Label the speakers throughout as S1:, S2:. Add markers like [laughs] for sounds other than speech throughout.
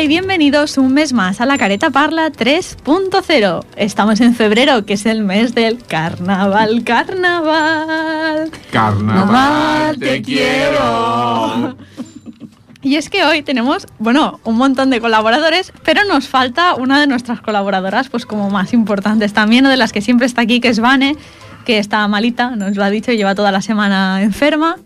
S1: y bienvenidos un mes más a La Careta Parla 3.0. Estamos en febrero, que es el mes del carnaval, carnaval.
S2: Carnaval, te quiero.
S1: Y es que hoy tenemos, bueno, un montón de colaboradores, pero nos falta una de nuestras colaboradoras, pues como más importantes también, o de las que siempre está aquí, que es Vane, que está malita, nos lo ha dicho, lleva toda la semana enferma.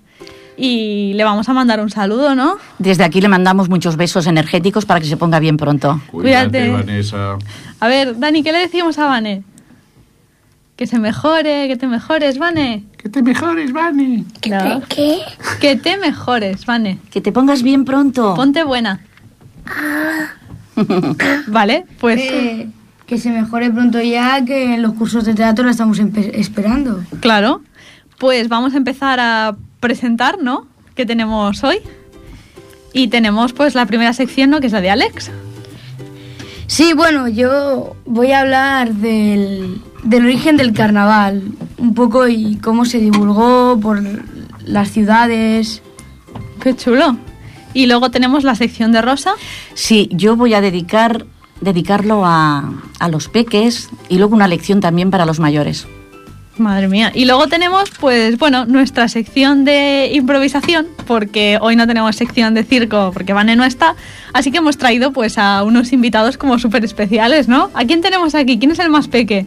S1: Y le vamos a mandar un saludo, ¿no?
S3: Desde aquí le mandamos muchos besos energéticos para que se ponga bien pronto.
S1: Cuídate.
S2: Cuídate, Vanessa.
S1: A ver, Dani, ¿qué le decimos a Vane? Que se mejore, que te mejores, Vane.
S2: Que te mejores, Vane.
S1: No.
S4: ¿Qué?
S1: Que te mejores, Vane.
S3: Que te pongas bien pronto. Ah.
S1: Ponte buena. [laughs] Vale, pues
S5: Eh, que se mejore pronto ya, que en los cursos de teatro la estamos empe- esperando.
S1: claro. Pues vamos a empezar a presentar, ¿no? Que tenemos hoy. Y tenemos pues la primera sección, ¿no? Que es la de Alex.
S5: Sí, bueno, yo voy a hablar del, del origen del carnaval, un poco y cómo se divulgó por las ciudades.
S1: Qué chulo. Y luego tenemos la sección de Rosa.
S3: Sí, yo voy a dedicar dedicarlo a, a los peques y luego una lección también para los mayores.
S1: Madre mía. Y luego tenemos, pues bueno, nuestra sección de improvisación, porque hoy no tenemos sección de circo, porque Vane no está. Así que hemos traído pues a unos invitados como súper especiales, ¿no? ¿A quién tenemos aquí? ¿Quién es el más peque?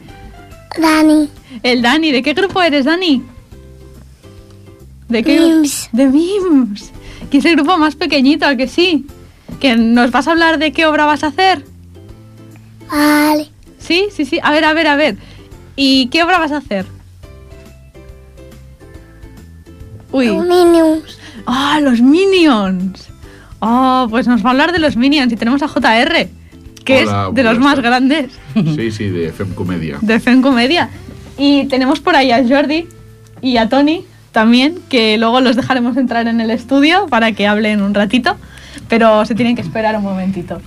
S4: Dani.
S1: El Dani. ¿De qué grupo eres, Dani? ¿De qué?
S4: Mims.
S1: De MIMS. Que es el grupo más pequeñito, ¿a que sí? ¿Que nos vas a hablar de qué obra vas a hacer?
S4: Vale.
S1: Sí, sí, sí. A ver, a ver, a ver. ¿Y qué obra vas a hacer? Uy.
S4: Dominions.
S1: ¡Ah, los Minions! Oh, pues nos va a hablar de los Minions y tenemos a JR, que
S2: Hola,
S1: es de los
S2: buenas
S1: más
S2: tardes.
S1: grandes
S2: Sí, sí, de FM Comedia.
S1: de Fen Comedia. Y tenemos por ahí a Jordi y a Tony también, que luego los dejaremos entrar en el estudio para que hablen un ratito, pero se tienen que esperar un momentito.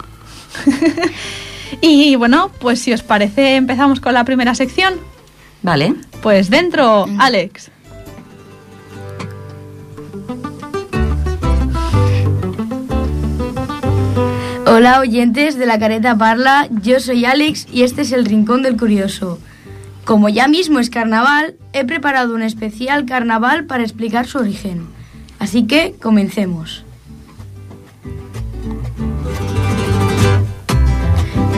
S1: [laughs] y bueno, pues si os parece empezamos con la primera sección.
S3: ¿Vale?
S1: Pues dentro, Alex.
S5: Hola oyentes de la careta Parla, yo soy Alex y este es el Rincón del Curioso. Como ya mismo es carnaval, he preparado un especial carnaval para explicar su origen. Así que comencemos.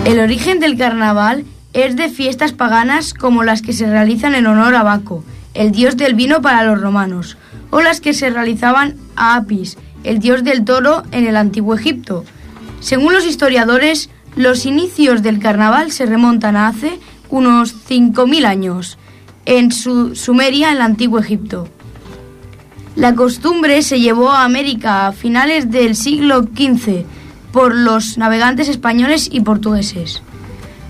S5: El origen del carnaval es de fiestas paganas como las que se realizan en honor a Baco, el dios del vino para los romanos, o las que se realizaban a Apis, el dios del toro en el antiguo Egipto. Según los historiadores, los inicios del carnaval se remontan a hace unos 5.000 años, en su Sumeria, en el antiguo Egipto. La costumbre se llevó a América a finales del siglo XV por los navegantes españoles y portugueses.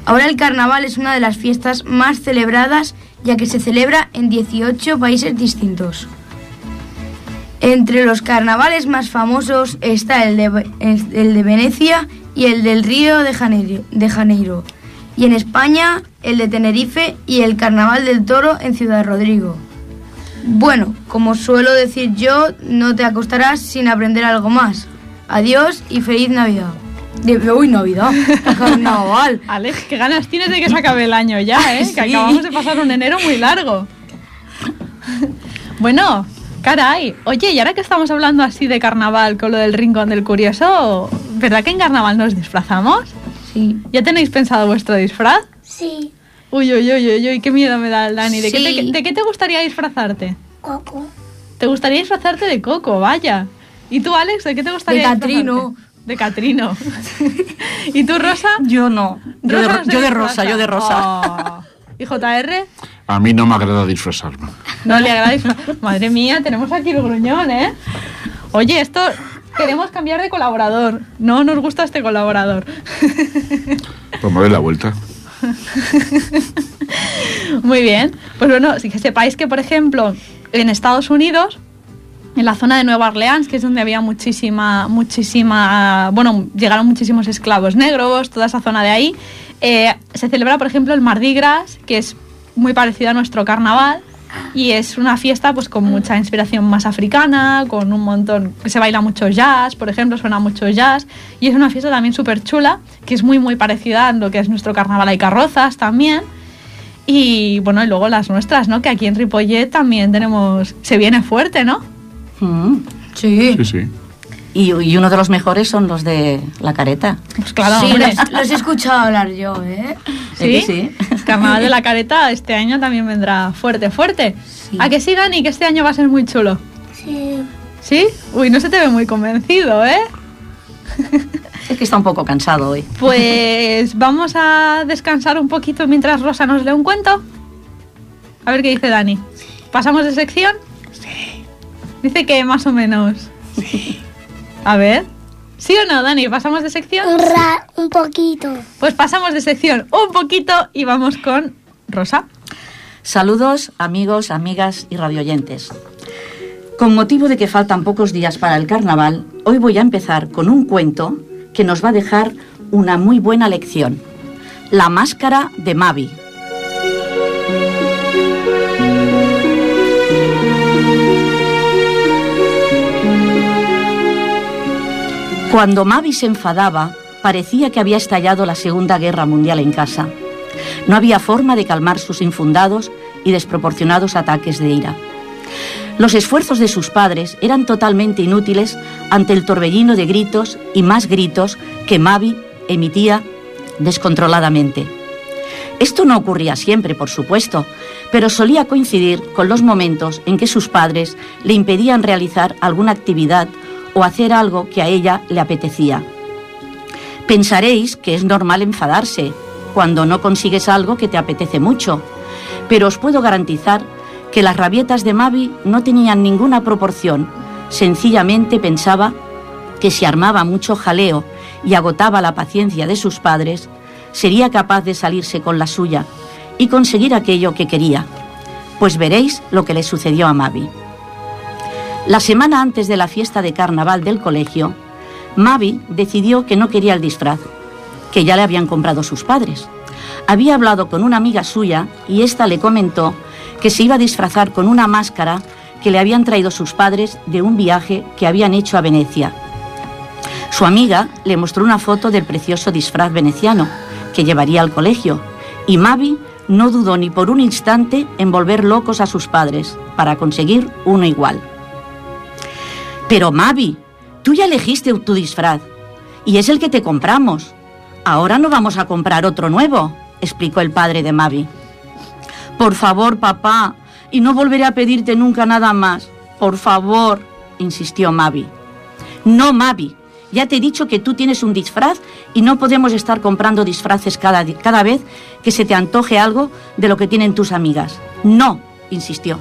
S5: Ahora el carnaval es una de las fiestas más celebradas ya que se celebra en 18 países distintos. Entre los carnavales más famosos está el de, el de Venecia y el del Río de Janeiro, de Janeiro. Y en España, el de Tenerife y el Carnaval del Toro en Ciudad Rodrigo. Bueno, como suelo decir yo, no te acostarás sin aprender algo más. Adiós y feliz Navidad. De, uy, Navidad. [laughs] Carnaval.
S1: Alex, qué ganas tienes de que se acabe el año ya, ¿eh? Que
S3: Sí.
S1: acabamos de pasar un enero muy largo. [laughs] bueno, caray. Oye, y ahora que estamos hablando así de carnaval con lo del rincón del curioso, ¿verdad que en carnaval nos disfrazamos?
S5: Sí.
S1: ¿Ya tenéis pensado vuestro disfraz?
S4: Sí.
S1: Uy, uy, uy, uy, uy, qué miedo me da el Dani. ¿De, qué te,
S5: Sí.
S1: de qué te gustaría disfrazarte?
S4: Coco.
S1: ¿Te gustaría disfrazarte de Coco? Vaya. ¿Y tú, Alex, de qué te gustaría disfrazarte?
S5: Catrino.
S1: De Catrino. ¿Y tú, Rosa?
S3: Yo no. Yo de,
S1: Rosa
S3: ro-
S1: no se
S3: yo de
S1: disfraza.
S3: rosa, yo de rosa.
S1: Oh. ¿Y JR?
S2: A mí no me agrada disfrazarme.
S1: No le agradezco. Madre mía, tenemos aquí el gruñón, ¿eh? Oye, esto. Queremos cambiar de colaborador. No nos gusta este colaborador.
S2: Pues me doy la vuelta.
S1: [laughs] Muy bien. Pues bueno, sí que sepáis que, por ejemplo, en Estados Unidos, en la zona de Nueva Orleans, que es donde había muchísima, muchísima, bueno, llegaron muchísimos esclavos negros, toda esa zona de ahí, eh, se celebra, por ejemplo, el Mardi Gras, que es muy parecido a nuestro carnaval, y es una fiesta pues con mucha inspiración más africana, con un montón, se baila mucho jazz, por ejemplo, suena mucho jazz y es una fiesta también súper chula, que es muy muy parecida a lo que es nuestro carnaval hay carrozas también. Y bueno, y luego las nuestras, ¿no? Que aquí en Ripollet también tenemos, se viene fuerte, ¿no?
S3: Mm.
S5: Sí.
S2: Sí, sí.
S3: Y, y uno de los mejores son los de la careta.
S1: Pues claro,
S5: Sí,
S1: hombre.
S5: los, los he escuchado hablar yo, ¿eh?
S1: ¿Sí?
S3: ¿Eh que sí?
S1: Carnaval de la Careta este año también vendrá fuerte, fuerte. A que sí, Dani, que este año va a ser muy chulo.
S4: Sí.
S1: ¿Sí? Uy, no se te ve muy convencido, ¿eh?
S3: Es que está un poco cansado hoy.
S1: Pues vamos a descansar un poquito mientras Rosa nos lee un cuento. A ver qué dice Dani. ¿Pasamos de sección? Sí. Dice que más o menos. Sí. A ver. ¿Sí o no, Dani? ¿Pasamos de sección?
S4: Un, ra un poquito.
S1: Pues pasamos de sección un poquito y vamos con Rosa.
S3: Saludos, amigos, amigas y radioyentes. Con motivo de que faltan pocos días para el carnaval, hoy voy a empezar con un cuento que nos va a dejar una muy buena lección. La máscara de Mavi. Cuando Mavi se enfadaba, parecía que había estallado la Segunda Guerra Mundial en casa. No había forma de calmar sus infundados y desproporcionados ataques de ira. Los esfuerzos de sus padres eran totalmente inútiles ante el torbellino de gritos y más gritos que Mavi emitía descontroladamente. Esto no ocurría siempre, por supuesto, pero solía coincidir con los momentos en que sus padres le impedían realizar alguna actividad o hacer algo que a ella le apetecía. Pensaréis que es normal enfadarse cuando no consigues algo que te apetece mucho, pero os puedo garantizar que las rabietas de Mavi no tenían ninguna proporción. Sencillamente pensaba que si armaba mucho jaleo y agotaba la paciencia de sus padres, sería capaz de salirse con la suya y conseguir aquello que quería. Pues veréis lo que le sucedió a Mavi. La semana antes de la fiesta de carnaval del colegio, Mavi decidió que no quería el disfraz, que ya le habían comprado sus padres. Había hablado con una amiga suya y ésta le comentó que se iba a disfrazar con una máscara que le habían traído sus padres de un viaje que habían hecho a Venecia. Su amiga le mostró una foto del precioso disfraz veneciano que llevaría al colegio y Mavi no dudó ni por un instante en volver locos a sus padres para conseguir uno igual. Pero Mavi, tú ya elegiste tu disfraz y es el que te compramos. Ahora no vamos a comprar otro nuevo, explicó el padre de Mavi. Por favor, papá, y no volveré a pedirte nunca nada más. Por favor, insistió Mavi. No, Mavi, ya te he dicho que tú tienes un disfraz y no podemos estar comprando disfraces cada, di- cada vez que se te antoje algo de lo que tienen tus amigas. No, insistió.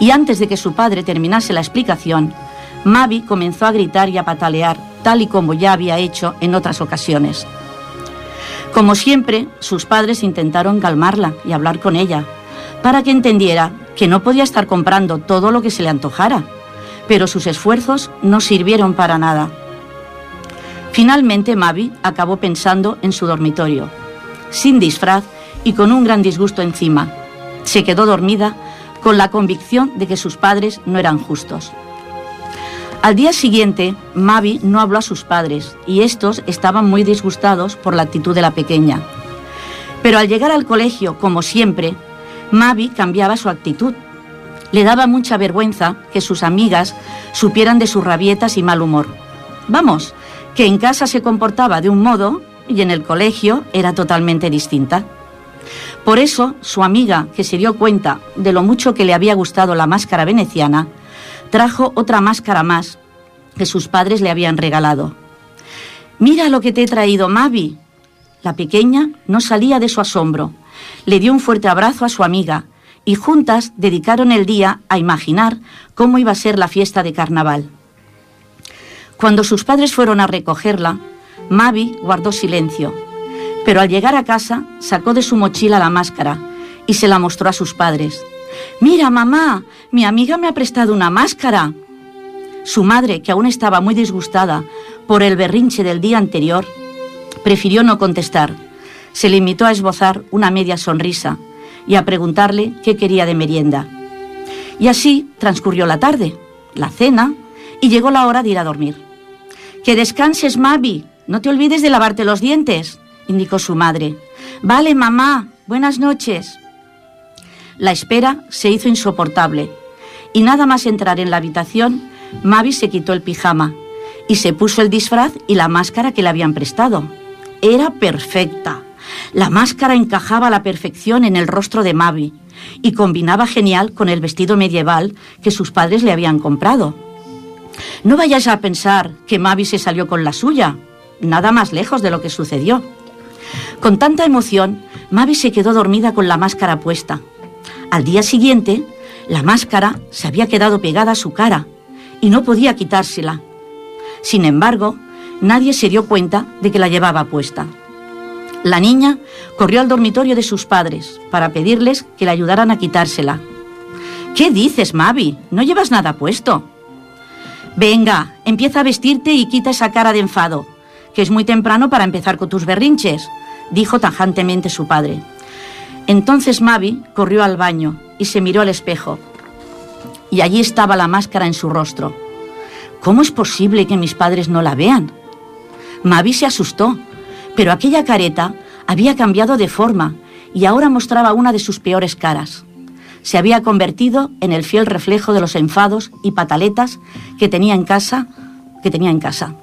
S3: Y antes de que su padre terminase la explicación, Mavi comenzó a gritar y a patalear, tal y como ya había hecho en otras ocasiones. Como siempre, sus padres intentaron calmarla y hablar con ella, para que entendiera que no podía estar comprando todo lo que se le antojara, pero sus esfuerzos no sirvieron para nada. Finalmente, Mavi acabó pensando en su dormitorio, sin disfraz y con un gran disgusto encima. Se quedó dormida con la convicción de que sus padres no eran justos. Al día siguiente, Mavi no habló a sus padres y estos estaban muy disgustados por la actitud de la pequeña. Pero al llegar al colegio, como siempre, Mavi cambiaba su actitud. Le daba mucha vergüenza que sus amigas supieran de sus rabietas y mal humor. Vamos, que en casa se comportaba de un modo y en el colegio era totalmente distinta. Por eso, su amiga, que se dio cuenta de lo mucho que le había gustado la máscara veneciana, trajo otra máscara más que sus padres le habían regalado. Mira lo que te he traído, Mavi. La pequeña no salía de su asombro. Le dio un fuerte abrazo a su amiga y juntas dedicaron el día a imaginar cómo iba a ser la fiesta de carnaval. Cuando sus padres fueron a recogerla, Mavi guardó silencio, pero al llegar a casa sacó de su mochila la máscara y se la mostró a sus padres. Mira, mamá, mi amiga me ha prestado una máscara. Su madre, que aún estaba muy disgustada por el berrinche del día anterior, prefirió no contestar. Se limitó a esbozar una media sonrisa y a preguntarle qué quería de merienda. Y así transcurrió la tarde, la cena, y llegó la hora de ir a dormir. Que descanses, Mavi. No te olvides de lavarte los dientes, indicó su madre. Vale, mamá. Buenas noches. La espera se hizo insoportable y nada más entrar en la habitación, Mavi se quitó el pijama y se puso el disfraz y la máscara que le habían prestado. Era perfecta. La máscara encajaba a la perfección en el rostro de Mavi y combinaba genial con el vestido medieval que sus padres le habían comprado. No vayáis a pensar que Mavi se salió con la suya, nada más lejos de lo que sucedió. Con tanta emoción, Mavi se quedó dormida con la máscara puesta. Al día siguiente, la máscara se había quedado pegada a su cara y no podía quitársela. Sin embargo, nadie se dio cuenta de que la llevaba puesta. La niña corrió al dormitorio de sus padres para pedirles que le ayudaran a quitársela. ¿Qué dices, Mavi? No llevas nada puesto. Venga, empieza a vestirte y quita esa cara de enfado, que es muy temprano para empezar con tus berrinches, dijo tajantemente su padre. Entonces Mavi corrió al baño y se miró al espejo. Y allí estaba la máscara en su rostro. ¿Cómo es posible que mis padres no la vean? Mavi se asustó, pero aquella careta había cambiado de forma y ahora mostraba una de sus peores caras. Se había convertido en el fiel reflejo de los enfados y pataletas que tenía en casa, que tenía en casa.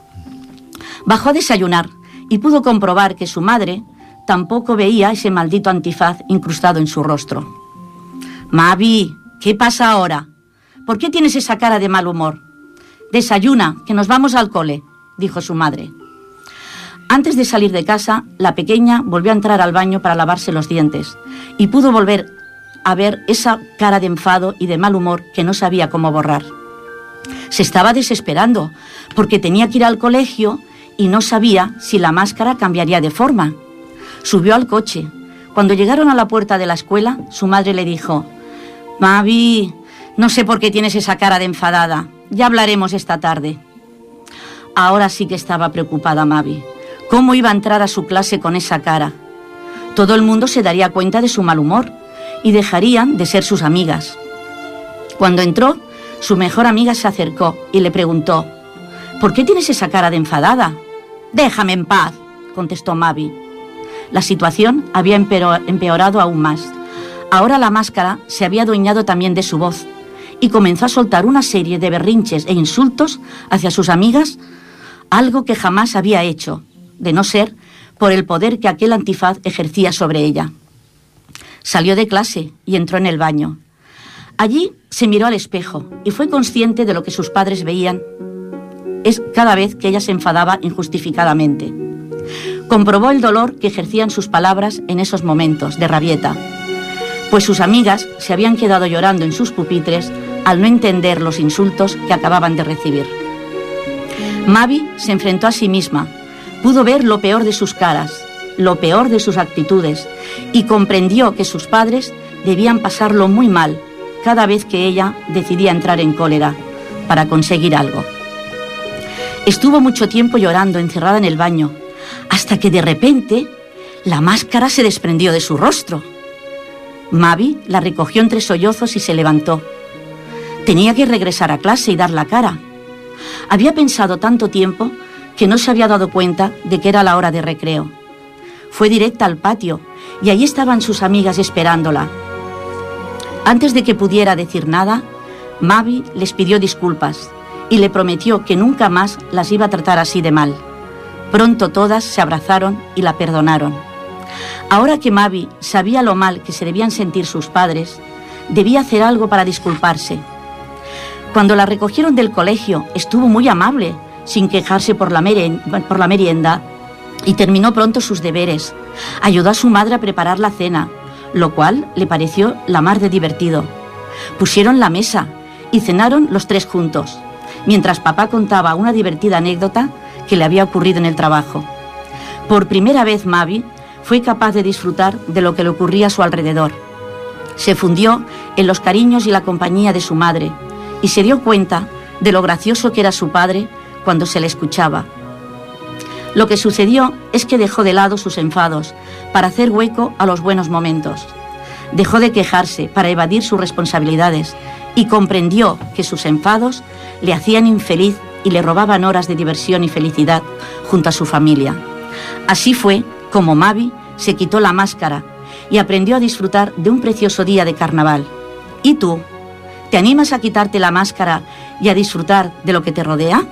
S3: Bajó a desayunar y pudo comprobar que su madre tampoco veía ese maldito antifaz incrustado en su rostro. Mavi, ¿qué pasa ahora? ¿Por qué tienes esa cara de mal humor? Desayuna, que nos vamos al cole, dijo su madre. Antes de salir de casa, la pequeña volvió a entrar al baño para lavarse los dientes y pudo volver a ver esa cara de enfado y de mal humor que no sabía cómo borrar. Se estaba desesperando porque tenía que ir al colegio y no sabía si la máscara cambiaría de forma. Subió al coche. Cuando llegaron a la puerta de la escuela, su madre le dijo, Mavi, no sé por qué tienes esa cara de enfadada. Ya hablaremos esta tarde. Ahora sí que estaba preocupada Mavi. ¿Cómo iba a entrar a su clase con esa cara? Todo el mundo se daría cuenta de su mal humor y dejarían de ser sus amigas. Cuando entró, su mejor amiga se acercó y le preguntó, ¿por qué tienes esa cara de enfadada? Déjame en paz, contestó Mavi. La situación había empeor- empeorado aún más. Ahora la máscara se había adueñado también de su voz y comenzó a soltar una serie de berrinches e insultos hacia sus amigas, algo que jamás había hecho, de no ser por el poder que aquel antifaz ejercía sobre ella. Salió de clase y entró en el baño. Allí se miró al espejo y fue consciente de lo que sus padres veían es cada vez que ella se enfadaba injustificadamente. Comprobó el dolor que ejercían sus palabras en esos momentos de rabieta, pues sus amigas se habían quedado llorando en sus pupitres al no entender los insultos que acababan de recibir. Mavi se enfrentó a sí misma, pudo ver lo peor de sus caras, lo peor de sus actitudes y comprendió que sus padres debían pasarlo muy mal cada vez que ella decidía entrar en cólera para conseguir algo. Estuvo mucho tiempo llorando encerrada en el baño, hasta que de repente la máscara se desprendió de su rostro. Mavi la recogió entre sollozos y se levantó. Tenía que regresar a clase y dar la cara. Había pensado tanto tiempo que no se había dado cuenta de que era la hora de recreo. Fue directa al patio y allí estaban sus amigas esperándola. Antes de que pudiera decir nada, Mavi les pidió disculpas y le prometió que nunca más las iba a tratar así de mal. Pronto todas se abrazaron y la perdonaron. Ahora que Mavi sabía lo mal que se debían sentir sus padres, debía hacer algo para disculparse. Cuando la recogieron del colegio, estuvo muy amable, sin quejarse por la, meren- por la merienda, y terminó pronto sus deberes. Ayudó a su madre a preparar la cena, lo cual le pareció la mar de divertido. Pusieron la mesa y cenaron los tres juntos, mientras papá contaba una divertida anécdota que le había ocurrido en el trabajo. Por primera vez Mavi fue capaz de disfrutar de lo que le ocurría a su alrededor. Se fundió en los cariños y la compañía de su madre y se dio cuenta de lo gracioso que era su padre cuando se le escuchaba. Lo que sucedió es que dejó de lado sus enfados para hacer hueco a los buenos momentos. dejó de quejarse para evadir sus responsabilidades y comprendió que sus enfados le hacían infeliz y le robaban horas de diversión y felicidad junto a su familia. Así fue como Mavi se quitó la máscara y aprendió a disfrutar de un precioso día de carnaval. ¿Y tú? ¿Te animas a quitarte la máscara y a disfrutar de lo que te rodea?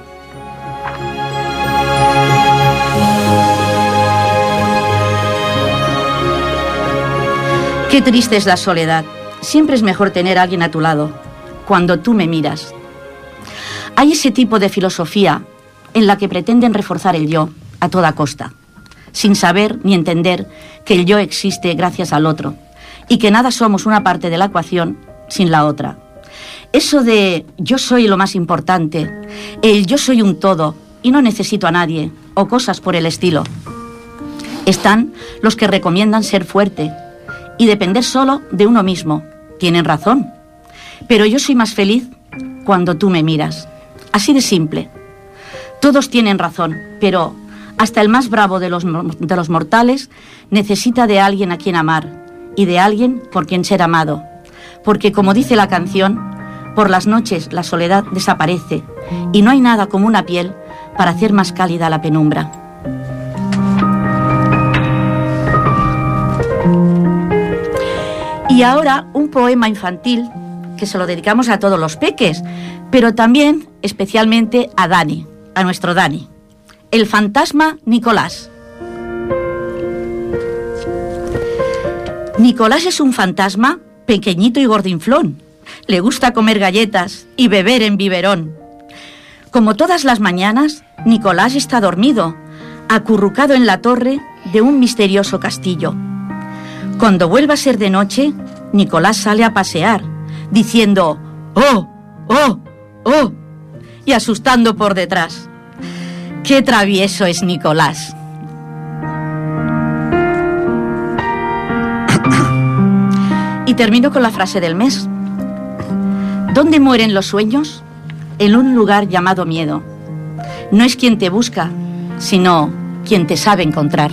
S3: Qué triste es la soledad. Siempre es mejor tener a alguien a tu lado, cuando tú me miras. Hay ese tipo de filosofía en la que pretenden reforzar el yo a toda costa, sin saber ni entender que el yo existe gracias al otro y que nada somos una parte de la ecuación sin la otra. Eso de yo soy lo más importante, el yo soy un todo y no necesito a nadie o cosas por el estilo. Están los que recomiendan ser fuerte, y depender solo de uno mismo. Tienen razón. Pero yo soy más feliz cuando tú me miras. Así de simple. Todos tienen razón, pero hasta el más bravo de los, mor- de los mortales necesita de alguien a quien amar y de alguien por quien ser amado. Porque como dice la canción, por las noches la soledad desaparece y no hay nada como una piel para hacer más cálida la penumbra. Y ahora un poema infantil que se lo dedicamos a todos los peques, pero también especialmente a Dani, a nuestro Dani, el fantasma Nicolás. Nicolás es un fantasma pequeñito y gordinflón. Le gusta comer galletas y beber en biberón. Como todas las mañanas, Nicolás está dormido, acurrucado en la torre de un misterioso castillo. Cuando vuelva a ser de noche, Nicolás sale a pasear, diciendo ¡Oh! ¡Oh! ¡Oh! y asustando por detrás. ¡Qué travieso es Nicolás! Y termino con la frase del mes. ¿Dónde mueren los sueños? En un lugar llamado miedo. No es quien te busca, sino quien te sabe encontrar.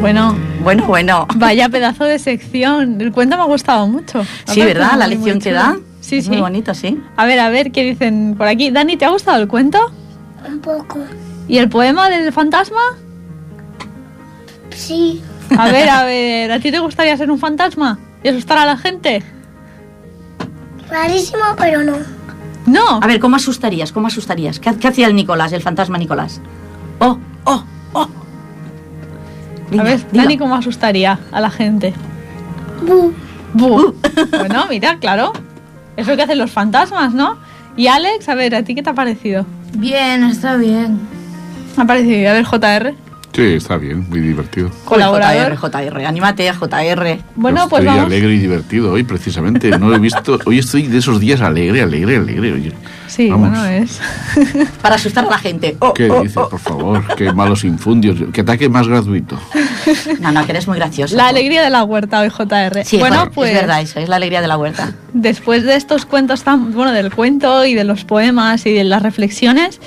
S1: Bueno,
S3: Bueno, bueno.
S1: vaya pedazo de sección. El cuento me ha gustado mucho.
S3: Sí,
S1: Aparte,
S3: ¿verdad? La
S1: muy, muy
S3: lección que
S1: chulo.
S3: da.
S1: Sí,
S3: es
S1: sí.
S3: Muy bonito, sí.
S1: A ver, a ver, ¿qué dicen por aquí? Dani, ¿te ha gustado el cuento?
S4: un poco.
S1: ¿Y el poema del fantasma?
S4: Sí, [laughs]
S1: A ver, a ver, ¿a ti te gustaría ser un fantasma? ¿Y asustar a la gente?
S4: rarísimo, pero no.
S1: No.
S3: A ver, ¿cómo asustarías? ¿Cómo asustarías? ¿Qué, qué hacía el Nicolás, el fantasma Nicolás? Oh, oh, oh.
S1: A
S3: Venga,
S1: ver,
S3: dilo.
S1: Dani, ¿cómo asustaría a la gente?
S4: Bu,
S1: Bu. [laughs] Bueno, mira, claro. Es lo que hacen los fantasmas, ¿no? Y Alex, a ver, ¿a ti qué te ha parecido?
S5: Bien, está bien.
S1: Me ha parecido, a ver, JR,
S2: Sí, está bien, muy divertido.
S3: JR,
S1: colaborador.
S3: JR, anímate, JR.
S1: Bueno, pues
S2: estoy
S1: vamos.
S2: alegre y divertido hoy, precisamente. No he visto. Hoy estoy de esos días alegre, alegre, alegre. Oye,
S1: Sí,
S2: Vamos.
S1: bueno, es.
S3: [laughs] Para asustar a la gente. Oh,
S2: ¿Qué
S3: oh,
S2: dices,
S3: oh.
S2: por favor? Qué malos infundios. Qué ataque más gratuito.
S3: No, no, que eres muy gracioso.
S1: La alegría de la huerta hoy, JR.
S3: Sí,
S1: bueno,
S3: es,
S1: pues
S3: es verdad, eso es la alegría de la huerta.
S1: después de estos cuentos tan, bueno, del cuento y de los poemas y de las reflexiones,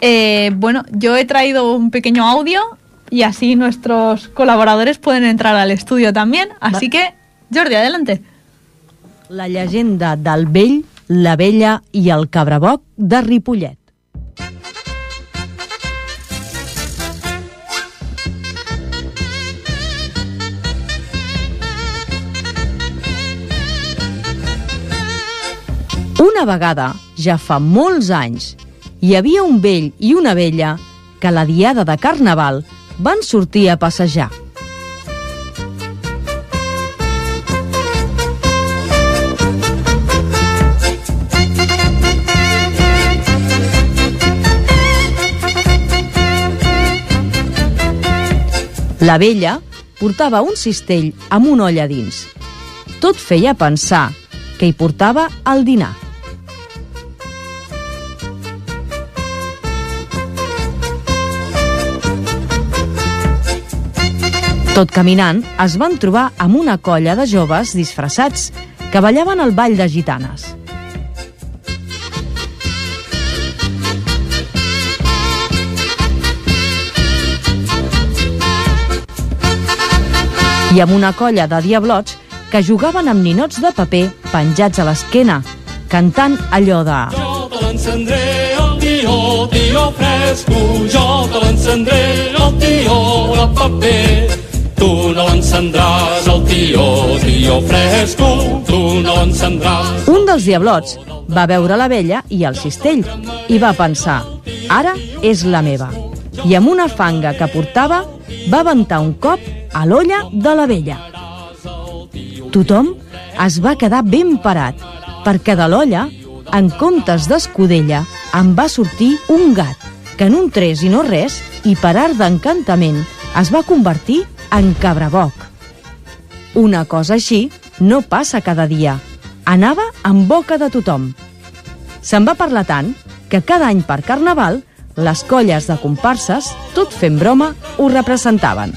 S1: eh, bueno, yo he traído un pequeño audio y así nuestros colaboradores pueden entrar al estudio también. Así que, Jordi, adelante.
S6: La llegenda del vell, la vella i el cabraboc de Ripollet. Una vegada, ja fa molts anys, hi havia un vell i una vella que a la diada de Carnaval van sortir a passejar. La vella portava un cistell amb una olla dins. Tot feia pensar que hi portava el dinar. Tot caminant, es van trobar amb una colla de joves disfressats que ballaven al ball de gitanes. i amb una colla de diablots que jugaven amb ninots de paper penjats a l'esquena, cantant allò de...
S7: Jo te l'encendré, el tió, tió fresco. Jo te l'encendré, el tió de paper. Tu no l'encendràs, el tió, tió fresco. Tu no l'encendràs.
S6: Un dels diablots va veure la vella i el cistell i va pensar, ara és la meva. I amb una fanga que portava va ventar un cop a l'olla de la vella. Tothom es va quedar ben parat perquè de l'olla, en comptes d'escudella, en va sortir un gat que en un tres i no res i per art d'encantament es va convertir en cabraboc. Una cosa així no passa cada dia. Anava en boca de tothom. Se'n va parlar tant que cada any per Carnaval les colles de comparses, tot fent broma, ho representaven.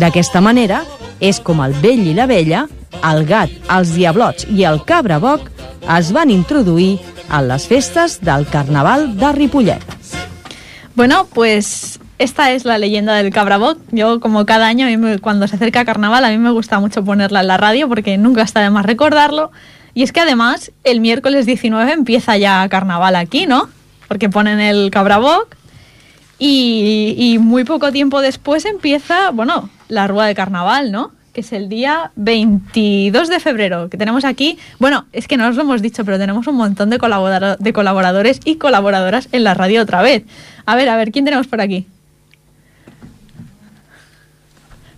S6: D'aquesta manera, és com el vell i la vella, el gat, els diablots i el cabraboc es van introduir en les festes del Carnaval de Ripollet.
S1: Bueno, pues esta es la leyenda del Cabraboc. Yo, como cada año, a mí me- cuando se acerca carnaval, a mí me gusta mucho ponerla en la radio porque nunca está de más recordarlo. Y es que además, el miércoles 19 empieza ya carnaval aquí, ¿no? Porque ponen el Cabraboc. Y, y muy poco tiempo después empieza, bueno, la Rúa de Carnaval, ¿no? Que es el día 22 de febrero, que tenemos aquí, bueno, es que no os lo hemos dicho, pero tenemos un montón de, colabora- de colaboradores y colaboradoras en la radio otra vez. A ver, a ver, ¿quién tenemos por aquí?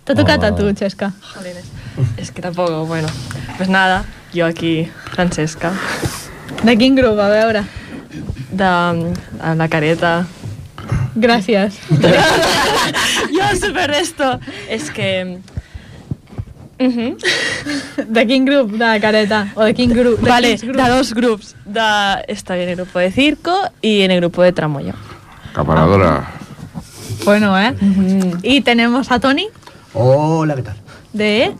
S1: Te toca
S8: Hola.
S1: a tú, Chesca.
S9: Jolines. [laughs] Es que tampoco, bueno. Pues nada, jo aquí, Francesca,
S1: De King Group, a ver ahora.
S9: de mm, la careta.
S1: Gracias.
S9: Jo super esto. És que... Mhm.
S1: De King Group, da careta. O de King Group. de
S9: Vale,
S1: Kings Group.
S9: de dos grupos. De, está bien el grupo de circo y en el grupo de tramoya.
S2: Acaparadora.
S1: Bueno, ¿eh? Y tenemos a Tony,
S10: Hola, ¿qué tal?
S1: de... E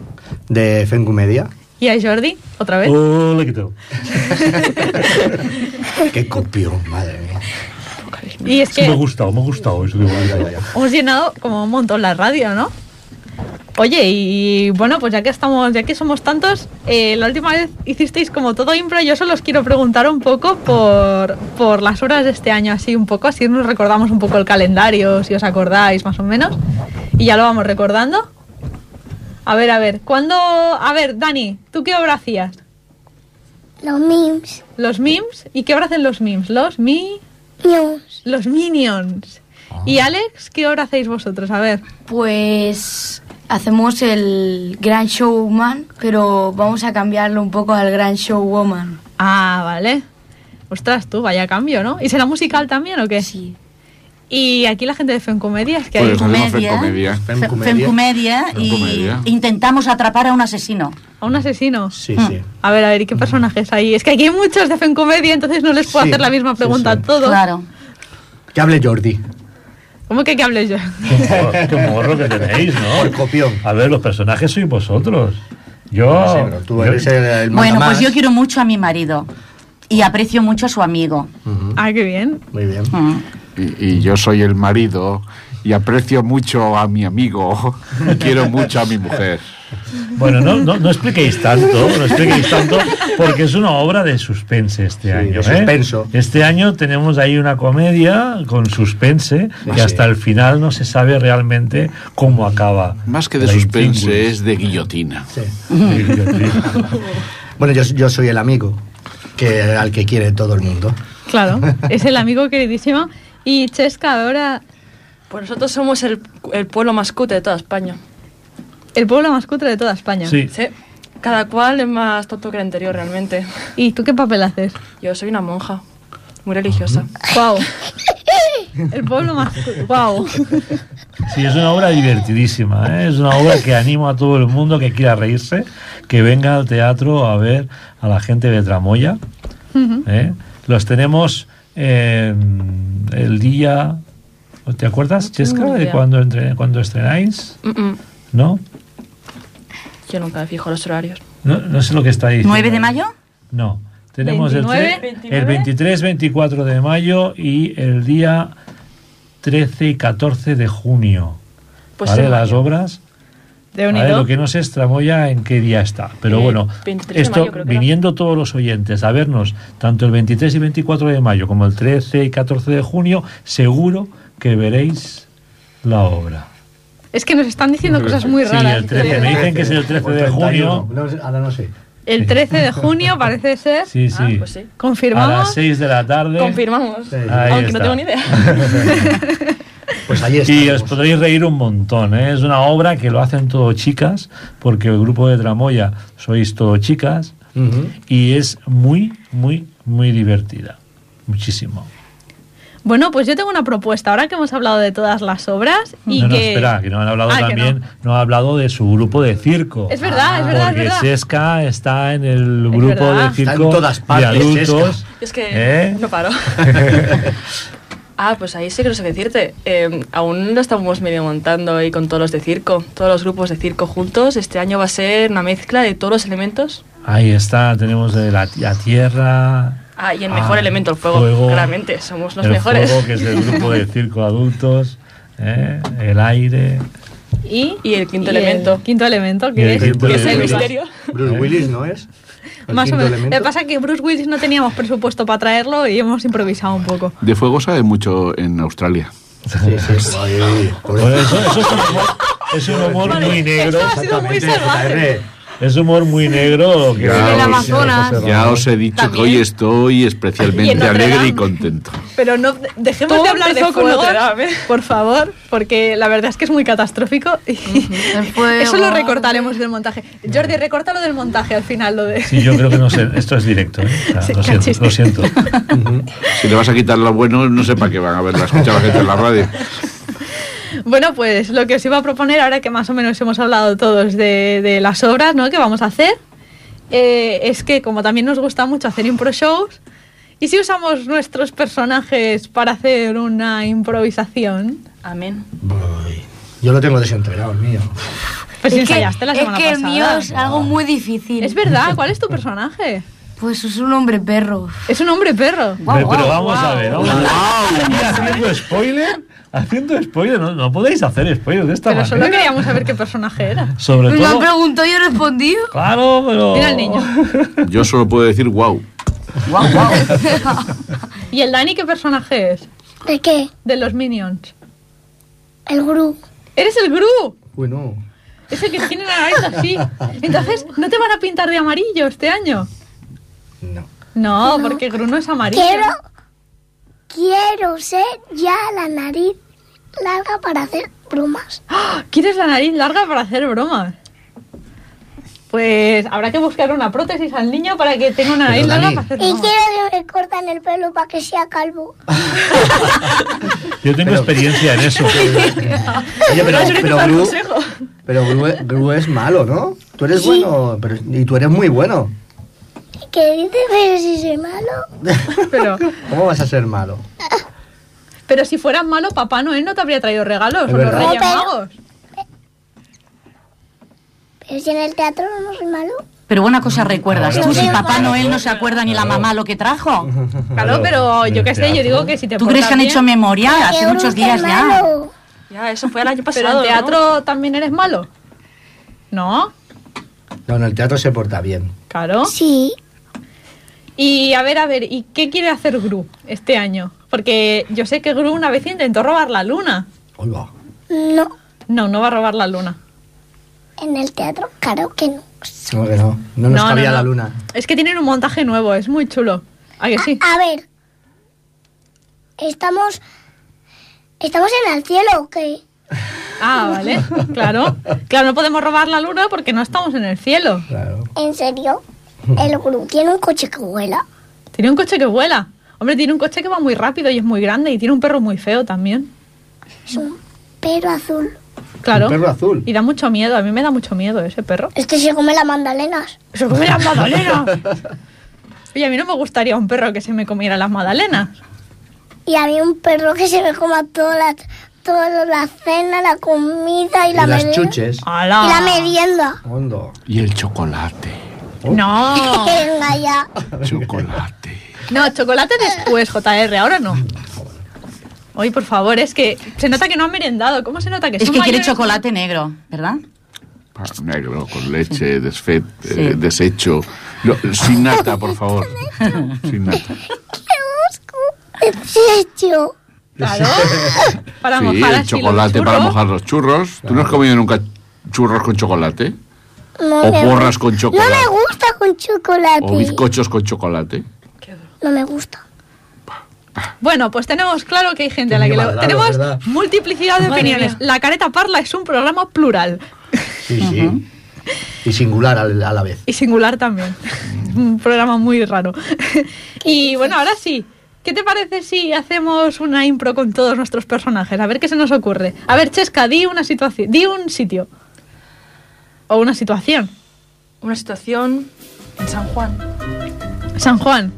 S10: De Fencomedia.
S1: Y a Jordi, otra vez.
S10: Oh.
S8: Hola, ¿qué tal?
S10: Qué copión, madre mía.
S1: [laughs] Y es
S8: Sí, me ha
S1: que
S8: gustado, me ha gustado eso que me ha
S10: Ya,
S8: gustado.
S10: ya, ya.
S1: hemos llenado como un montón la radio, ¿no? Oye, y bueno, pues ya que estamos, ya que somos tantos, eh, la última vez hicisteis como todo impro, yo solo os quiero preguntar un poco por, por las horas de este año, así un poco, así nos recordamos un poco el calendario, si os acordáis más o menos, y ya lo vamos recordando. A ver, a ver, ¿cuándo? A ver, Dani, ¿tú qué obra hacías?
S4: Los memes.
S1: Los memes, ¿y qué obra hacen los memes? Los mi...
S4: News.
S1: Los Minions. Y Alex, ¿qué hora hacéis vosotros? A ver.
S5: Pues hacemos el Grand Showman, pero vamos a cambiarlo un poco al Grand Showwoman.
S1: Ah, vale. Ostras, tú, vaya cambio, ¿no? ¿Y será musical también o qué?
S5: Sí.
S1: Y aquí la gente de Fencomedia es que hay...
S2: Pues hacemos
S3: Comedia.
S2: Fencomedia.
S10: Fencomedia.
S3: Femcomedia y
S2: Femcomedia.
S3: intentamos atrapar a un asesino. Mm.
S1: A un asesino.
S10: Sí, sí. Mm.
S1: A ver, a ver, ¿y qué personajes hay? Es que aquí hay muchos de Fencomedia, entonces no les puedo
S10: Sí,
S1: hacer la misma
S10: sí,
S1: pregunta
S10: sí.
S1: a todos.
S3: Claro.
S10: Que hable Jordi.
S1: ¿Cómo que que hable yo? [laughs]
S8: Qué morro, qué morro que tenéis,
S10: Por
S8: ¿no?
S10: copión.
S8: A ver, los personajes sois vosotros. Yo...
S10: Sí, pero tú
S8: yo-
S10: eres el, el
S3: Bueno, pues
S10: mandamás.
S3: yo quiero mucho a mi marido y aprecio mucho a su amigo.
S10: Ujú,
S1: Ah, qué bien.
S10: Muy bien.
S3: Mm.
S2: Y, y yo soy el marido y aprecio mucho a mi amigo. y Quiero mucho a mi mujer.
S8: Bueno, no, no, no expliquéis tanto, no expliquéis tanto, porque es una obra de suspense este
S10: Sí,
S8: año.
S10: de
S8: ¿eh?
S10: suspenso.
S8: Este año tenemos ahí una comedia con suspense y
S10: Ah, Sí.
S8: hasta el final no se sabe realmente cómo acaba.
S2: Más que de
S8: La
S2: suspense
S8: intríngulis.
S2: es de guillotina.
S10: Sí.
S8: Sí, guillotina.
S10: [laughs] Bueno, yo, yo soy el amigo que, al que quiere todo el mundo.
S1: Claro, es el amigo queridísimo. Y Chesca, ahora
S9: Pues nosotros somos el, el pueblo más cutre de toda España.
S1: el pueblo más cutre de toda España.
S8: Sí.
S9: Sí. Cada cual es más tonto que el anterior, realmente.
S1: ¿Y tú qué papel haces?
S9: Yo soy una monja, muy religiosa.
S1: Wow. El pueblo más... Wow.
S8: Sí, es una obra divertidísima, ¿eh? es una obra que animo a todo el mundo que quiera reírse, que venga al teatro a ver a la gente de Tramoya. ¿eh? Los tenemos eh, el día... ¿Te acuerdas, Chesca,
S9: ni
S8: de
S9: idea.
S8: cuando, entre- cuando estrenáis?
S9: Mm, mm.
S8: ¿No?
S9: Yo nunca me fijo los horarios.
S8: ¿No? no sé lo que está diciendo.
S3: ¿9 de mayo?
S8: No. Tenemos el,
S1: 29,
S8: tre- el 23, 24 de mayo y el día 13 y 14 de junio.
S9: Pues
S8: ¿Vale?
S9: en
S3: Pues
S8: Las
S9: mayo.
S8: obras
S1: de un
S8: Vale,
S1: hilo.
S8: Lo que no sé es Tramoya en qué día está. Pero
S9: Eh,
S8: bueno,
S9: 23 de
S8: esto
S9: mayo creo que era.
S8: viniendo todos los oyentes a vernos, tanto el 23 y 24 de mayo como el 13 y 14 de junio, seguro que veréis la obra.
S1: Es que nos están
S10: [laughs]
S1: diciendo cosas muy
S8: Sí,
S1: raras.
S8: el 13, me dicen que es el 13 de
S10: O 31,
S8: junio. Eh.
S10: no sé, ahora no sé.
S1: El 13 de junio parece ser.
S8: Sí, sí.
S9: Ah, pues sí.
S8: A
S1: Confirmamos.
S8: las 6 de la tarde.
S9: Confirmamos.
S10: Sí.
S8: Ahí
S9: Aunque
S8: está.
S9: no tengo ni idea.
S10: Pues ahí está.
S8: Y os podréis reír un montón, ¿eh? es una obra que lo hacen todo chicas, porque el grupo de Tramoya sois todo chicas, y es muy, muy, muy divertida. Muchísimo.
S1: Bueno, pues yo tengo una propuesta. Ahora que hemos hablado de todas las obras y
S8: no, no,
S1: que.
S8: espera, que no han hablado
S1: Ah, que
S8: también,
S1: no.
S8: no. ha hablado de su grupo de circo.
S1: Es verdad, es verdad, es
S8: Porque
S1: verdad.
S8: Sesca está en el grupo
S1: verdad.
S8: de circo
S10: Está en todas partes,
S8: de adultos.
S9: Yo es que
S8: ¿Eh?
S9: no
S8: [laughs]
S9: paro. ah, pues ahí sí que no sé qué decirte. Eh, aún lo estamos medio montando y con todos los de circo, todos los grupos de circo juntos. Este año va a ser una mezcla de todos los elementos.
S8: Ahí está, tenemos de la, la tierra.
S9: Ah, y el mejor
S8: ah,
S9: elemento, el fuego. Claramente, somos los
S8: el
S9: mejores.
S8: fuego, que es el
S9: [laughs]
S8: grupo de circo adultos, ¿eh? el aire.
S1: Y,
S9: Y el quinto elemento.
S1: quinto elemento,
S8: Y
S1: que
S8: el
S1: es.
S8: quinto
S9: que es el
S8: elemento.
S9: misterio.
S10: Bruce Willis, ¿no es? El
S1: Más o
S10: quinto
S1: menos. Lo
S10: elemento.
S1: que pasa es que Bruce Willis no teníamos presupuesto para traerlo y hemos improvisado un poco.
S2: De fuego sabe mucho en Australia.
S10: Sí, sí, sí. Ay, por
S8: Bueno, eso, eso es un humor, es un humor muy negro.
S1: esto ha sido muy
S10: Exactamente,
S1: salvaje.
S10: JR.
S8: Es humor muy negro. Que
S2: Ya,
S5: En el
S2: sí,
S5: Amazonas.
S2: Ya os he dicho que hoy estoy
S9: Y en
S2: especialmente
S9: Notre
S2: alegre
S9: Dame.
S2: y contento.
S1: Pero no dejemos
S9: Todo
S1: de hablar de
S9: empezó con
S1: fuego,
S9: Notre Dame.
S1: por favor, porque la verdad es que es muy catastrófico. y Eso lo recortaremos del montaje. Jordi, recorta lo del montaje al final, lo de.
S8: Sí, yo creo que no sé. Esto es directo. ¿eh? O sea,
S1: Sí,
S8: lo siento.
S1: cachis.
S8: Lo siento.
S2: Si le vas a quitar lo bueno, no sé para qué van a verla, escuchar la gente en la radio.
S1: Bueno, pues lo que os iba a proponer, ahora que más o menos hemos hablado todos de, de las obras ¿no? que vamos a hacer, eh, es que como también nos gusta mucho hacer impro shows, ¿y si usamos nuestros personajes para hacer una improvisación?
S9: Amén.
S10: Ay, Yo lo tengo desentrenado, el mío.
S5: es
S1: Pues
S5: que,
S1: ensayaste la
S5: es
S1: semana
S5: que el mío
S1: pasada.
S5: es algo muy difícil.
S1: Es verdad, ¿cuál es tu personaje?
S5: Pues es un hombre perro.
S1: Es un hombre perro.
S8: Pero vamos a ver. Vamos a ver. Y haciendo spoiler. Haciendo spoiler. No, no podéis hacer spoiler de esta
S1: Pero solo
S8: manera.
S1: queríamos saber qué personaje era.
S8: Sobre
S5: Me han
S8: todo.
S5: preguntado y he respondido.
S8: Claro, pero.
S1: Mira el niño.
S2: Yo solo puedo decir wow.
S1: ¿Y el Dani qué personaje es?
S4: ¿De qué?
S1: De los Minions.
S4: El gurú.
S1: ¡Eres el Gru!
S10: Uy, no.
S1: Ese que tiene la nariz así. Entonces, ¿no te van a pintar de amarillo este año?
S10: No.
S1: No, porque Gru no es amarillo.
S4: Quiero. Quiero ser ya la nariz larga para hacer bromas.
S1: ¡Ah! ¿Quieres la nariz larga para hacer bromas? Pues habrá que buscar una prótesis al niño para que tenga una nariz
S10: Pero,
S1: larga
S10: Dani,
S1: para hacer
S4: Y
S1: bromas.
S4: quiero que me cortan el pelo para que sea calvo.
S8: Yo tengo experiencia en eso.
S10: Oye, pero,
S9: Yo creo que
S10: pero,
S9: para el
S10: Gru,
S9: consejo.
S10: [laughs] pero Gru, es- Gru es malo, ¿no? Tú eres bueno, pero, y tú eres muy bueno.
S4: ¿Y qué dices? Pero si soy malo.
S1: Pero,
S10: ¿Cómo vas a ser malo?
S1: pero si fueras malo, Papá Noel no te habría traído regalos.
S10: Es
S1: o los
S10: verdad.
S1: Reyes
S4: Pero-
S1: Magos.
S4: Pero si en el teatro no soy malo.
S3: Pero una cosa recuerdas,
S8: Ahora
S3: tú
S8: sí.
S3: si Papá Noel no se acuerda ni la mamá lo que trajo.
S1: Claro, pero yo qué sé, yo
S8: teatro.
S1: digo que si te
S3: ¿Tú crees
S1: portas
S3: que han
S1: bien-
S3: hecho memoria?
S4: Que
S3: Hace
S4: Gru
S3: muchos
S4: es
S3: días ya.
S4: malo.
S9: Ya, eso fue el año pasado.
S1: Pero en
S9: ¿no?
S1: teatro también eres malo. ¿No?
S10: No, en el teatro se porta bien.
S1: Claro.
S4: Sí.
S1: Y a ver, a ver, ¿y qué quiere hacer Gru este año? Porque yo sé que Gru una vez intentó robar la luna.
S10: Uy, va.
S4: No.
S1: No, no va a robar la luna.
S4: En el teatro, claro que no.
S10: No, que no. No nos cabía la luna.
S1: Es que tienen un montaje nuevo, es muy chulo. ¿A que sí?
S4: Ah, A ver. Estamos. ¿Estamos en el cielo o qué?
S1: Ah, vale, claro. Claro, no podemos robar la luna porque no estamos en el cielo.
S10: Claro.
S4: ¿En serio? El gurú tiene un coche que vuela.
S1: Tiene un coche que vuela. Hombre, tiene un coche que va muy rápido y es muy grande y tiene un perro muy feo también.
S4: Es un perro azul.
S1: Claro.
S10: Un perro azul.
S1: Y da mucho miedo, a mí me da mucho miedo ese perro.
S4: Este se come las magdalenas.
S1: ¡Se come las magdalenas! Oye, a mí no me gustaría un perro que se me comiera
S4: [laughs]
S1: las magdalenas.
S4: Y a mí un perro que se me coma todas las, toda la cena, la comida y,
S10: Y
S4: la
S10: las
S4: merienda.
S10: chuches.
S1: ¡Hala!
S4: Y la merienda.
S10: Hondo.
S2: Y el chocolate.
S10: Oh,
S1: ¡No!
S4: Que venga ya.
S2: Chocolate.
S1: No, chocolate después, JR, ahora no. Oye, por favor, es que se nota que no han merendado. ¿Cómo se nota que
S3: Es
S1: son
S3: que quiere
S1: mayores?
S3: chocolate negro, ¿verdad?
S2: Pan negro con leche, desfe-
S3: Sí.
S2: eh, deshecho. No, sin nata, por favor. Sin nata.
S4: ¿Qué hecho?
S2: [laughs]
S1: Claro. Para
S2: sí,
S1: mojar
S2: el
S1: así los
S2: chocolate para
S1: churros.
S2: mojar los churros. ¿Tú no has comido nunca churros con chocolate?
S4: No
S2: O
S4: me
S2: porras
S4: gu-
S2: con chocolate.
S4: No me gusta con chocolate.
S10: Oh,
S2: ¿O bizcochos con chocolate?
S4: No me gusta.
S1: Bueno, pues tenemos claro que hay gente a la
S10: Qué
S1: que le...
S10: maldad,
S1: Tenemos
S10: ¿verdad?
S1: multiplicidad de
S6: Madre
S1: opiniones. La Careta Parla es un programa plural
S10: Sí, sí. Y singular al- a la vez.
S1: y singular también.
S9: Mm.
S1: un programa muy
S9: [laughs]
S1: raro. y bueno, ahora sí. ¿Qué te parece si hacemos una impro con todos nuestros personajes? A ver qué se nos ocurre. A ver, Chesca, di una situación, di un sitio. O una situación.
S9: Una situación en San Juan,
S1: San Juan.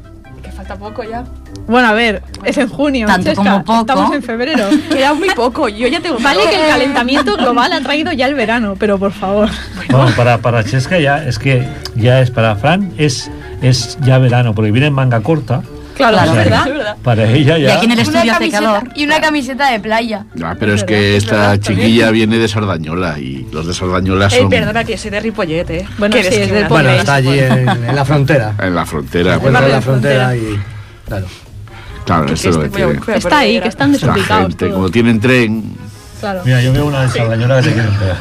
S9: que falta poco ya.
S1: Bueno, a ver, es en junio.
S3: Tanto
S1: Chesca,
S3: como poco.
S1: Estamos en
S9: [laughs]
S1: febrero.
S9: Queda muy poco, yo ya tengo
S1: Vale que el calentamiento global ha traído ya el verano, pero por favor.
S8: Bueno, para, para Chesca ya es que ya es para Fran, es, es ya verano, porque viene en manga corta.
S1: Claro,
S3: Claro.
S1: es
S9: Es
S1: verdad.
S9: verdad.
S8: Para ella
S3: Y
S8: ya.
S3: aquí en el
S5: Una
S3: estudio hace
S5: camiseta-
S3: calor.
S5: Y una camiseta de playa.
S2: Ah, pero es
S9: verdad,
S2: que
S9: es
S2: esta
S9: verdad, también.
S2: chiquilla viene de Sardañola y los de Sardañola
S9: Eh,
S2: son
S9: perdona, que soy de Ripollet, ¿eh?
S1: Bueno,
S9: Qué
S1: sí, es de
S9: discriminación.
S10: Bueno,
S1: Ponéis,
S10: está allí en, en la frontera.
S2: en la frontera.
S10: Bueno,
S2: Bueno,
S10: en la frontera y. Claro.
S2: claro,
S9: Que
S2: eso es lo que
S9: estoy muy
S2: tiene.
S9: aburrida,
S1: Está
S9: pero
S1: ahí,
S9: era-
S1: que están
S2: Esta
S1: desubicados.
S2: gente,
S1: todos.
S2: como tienen tren.
S1: Claro.
S8: Mira, yo veo una de Sardañola que te quieren pegar.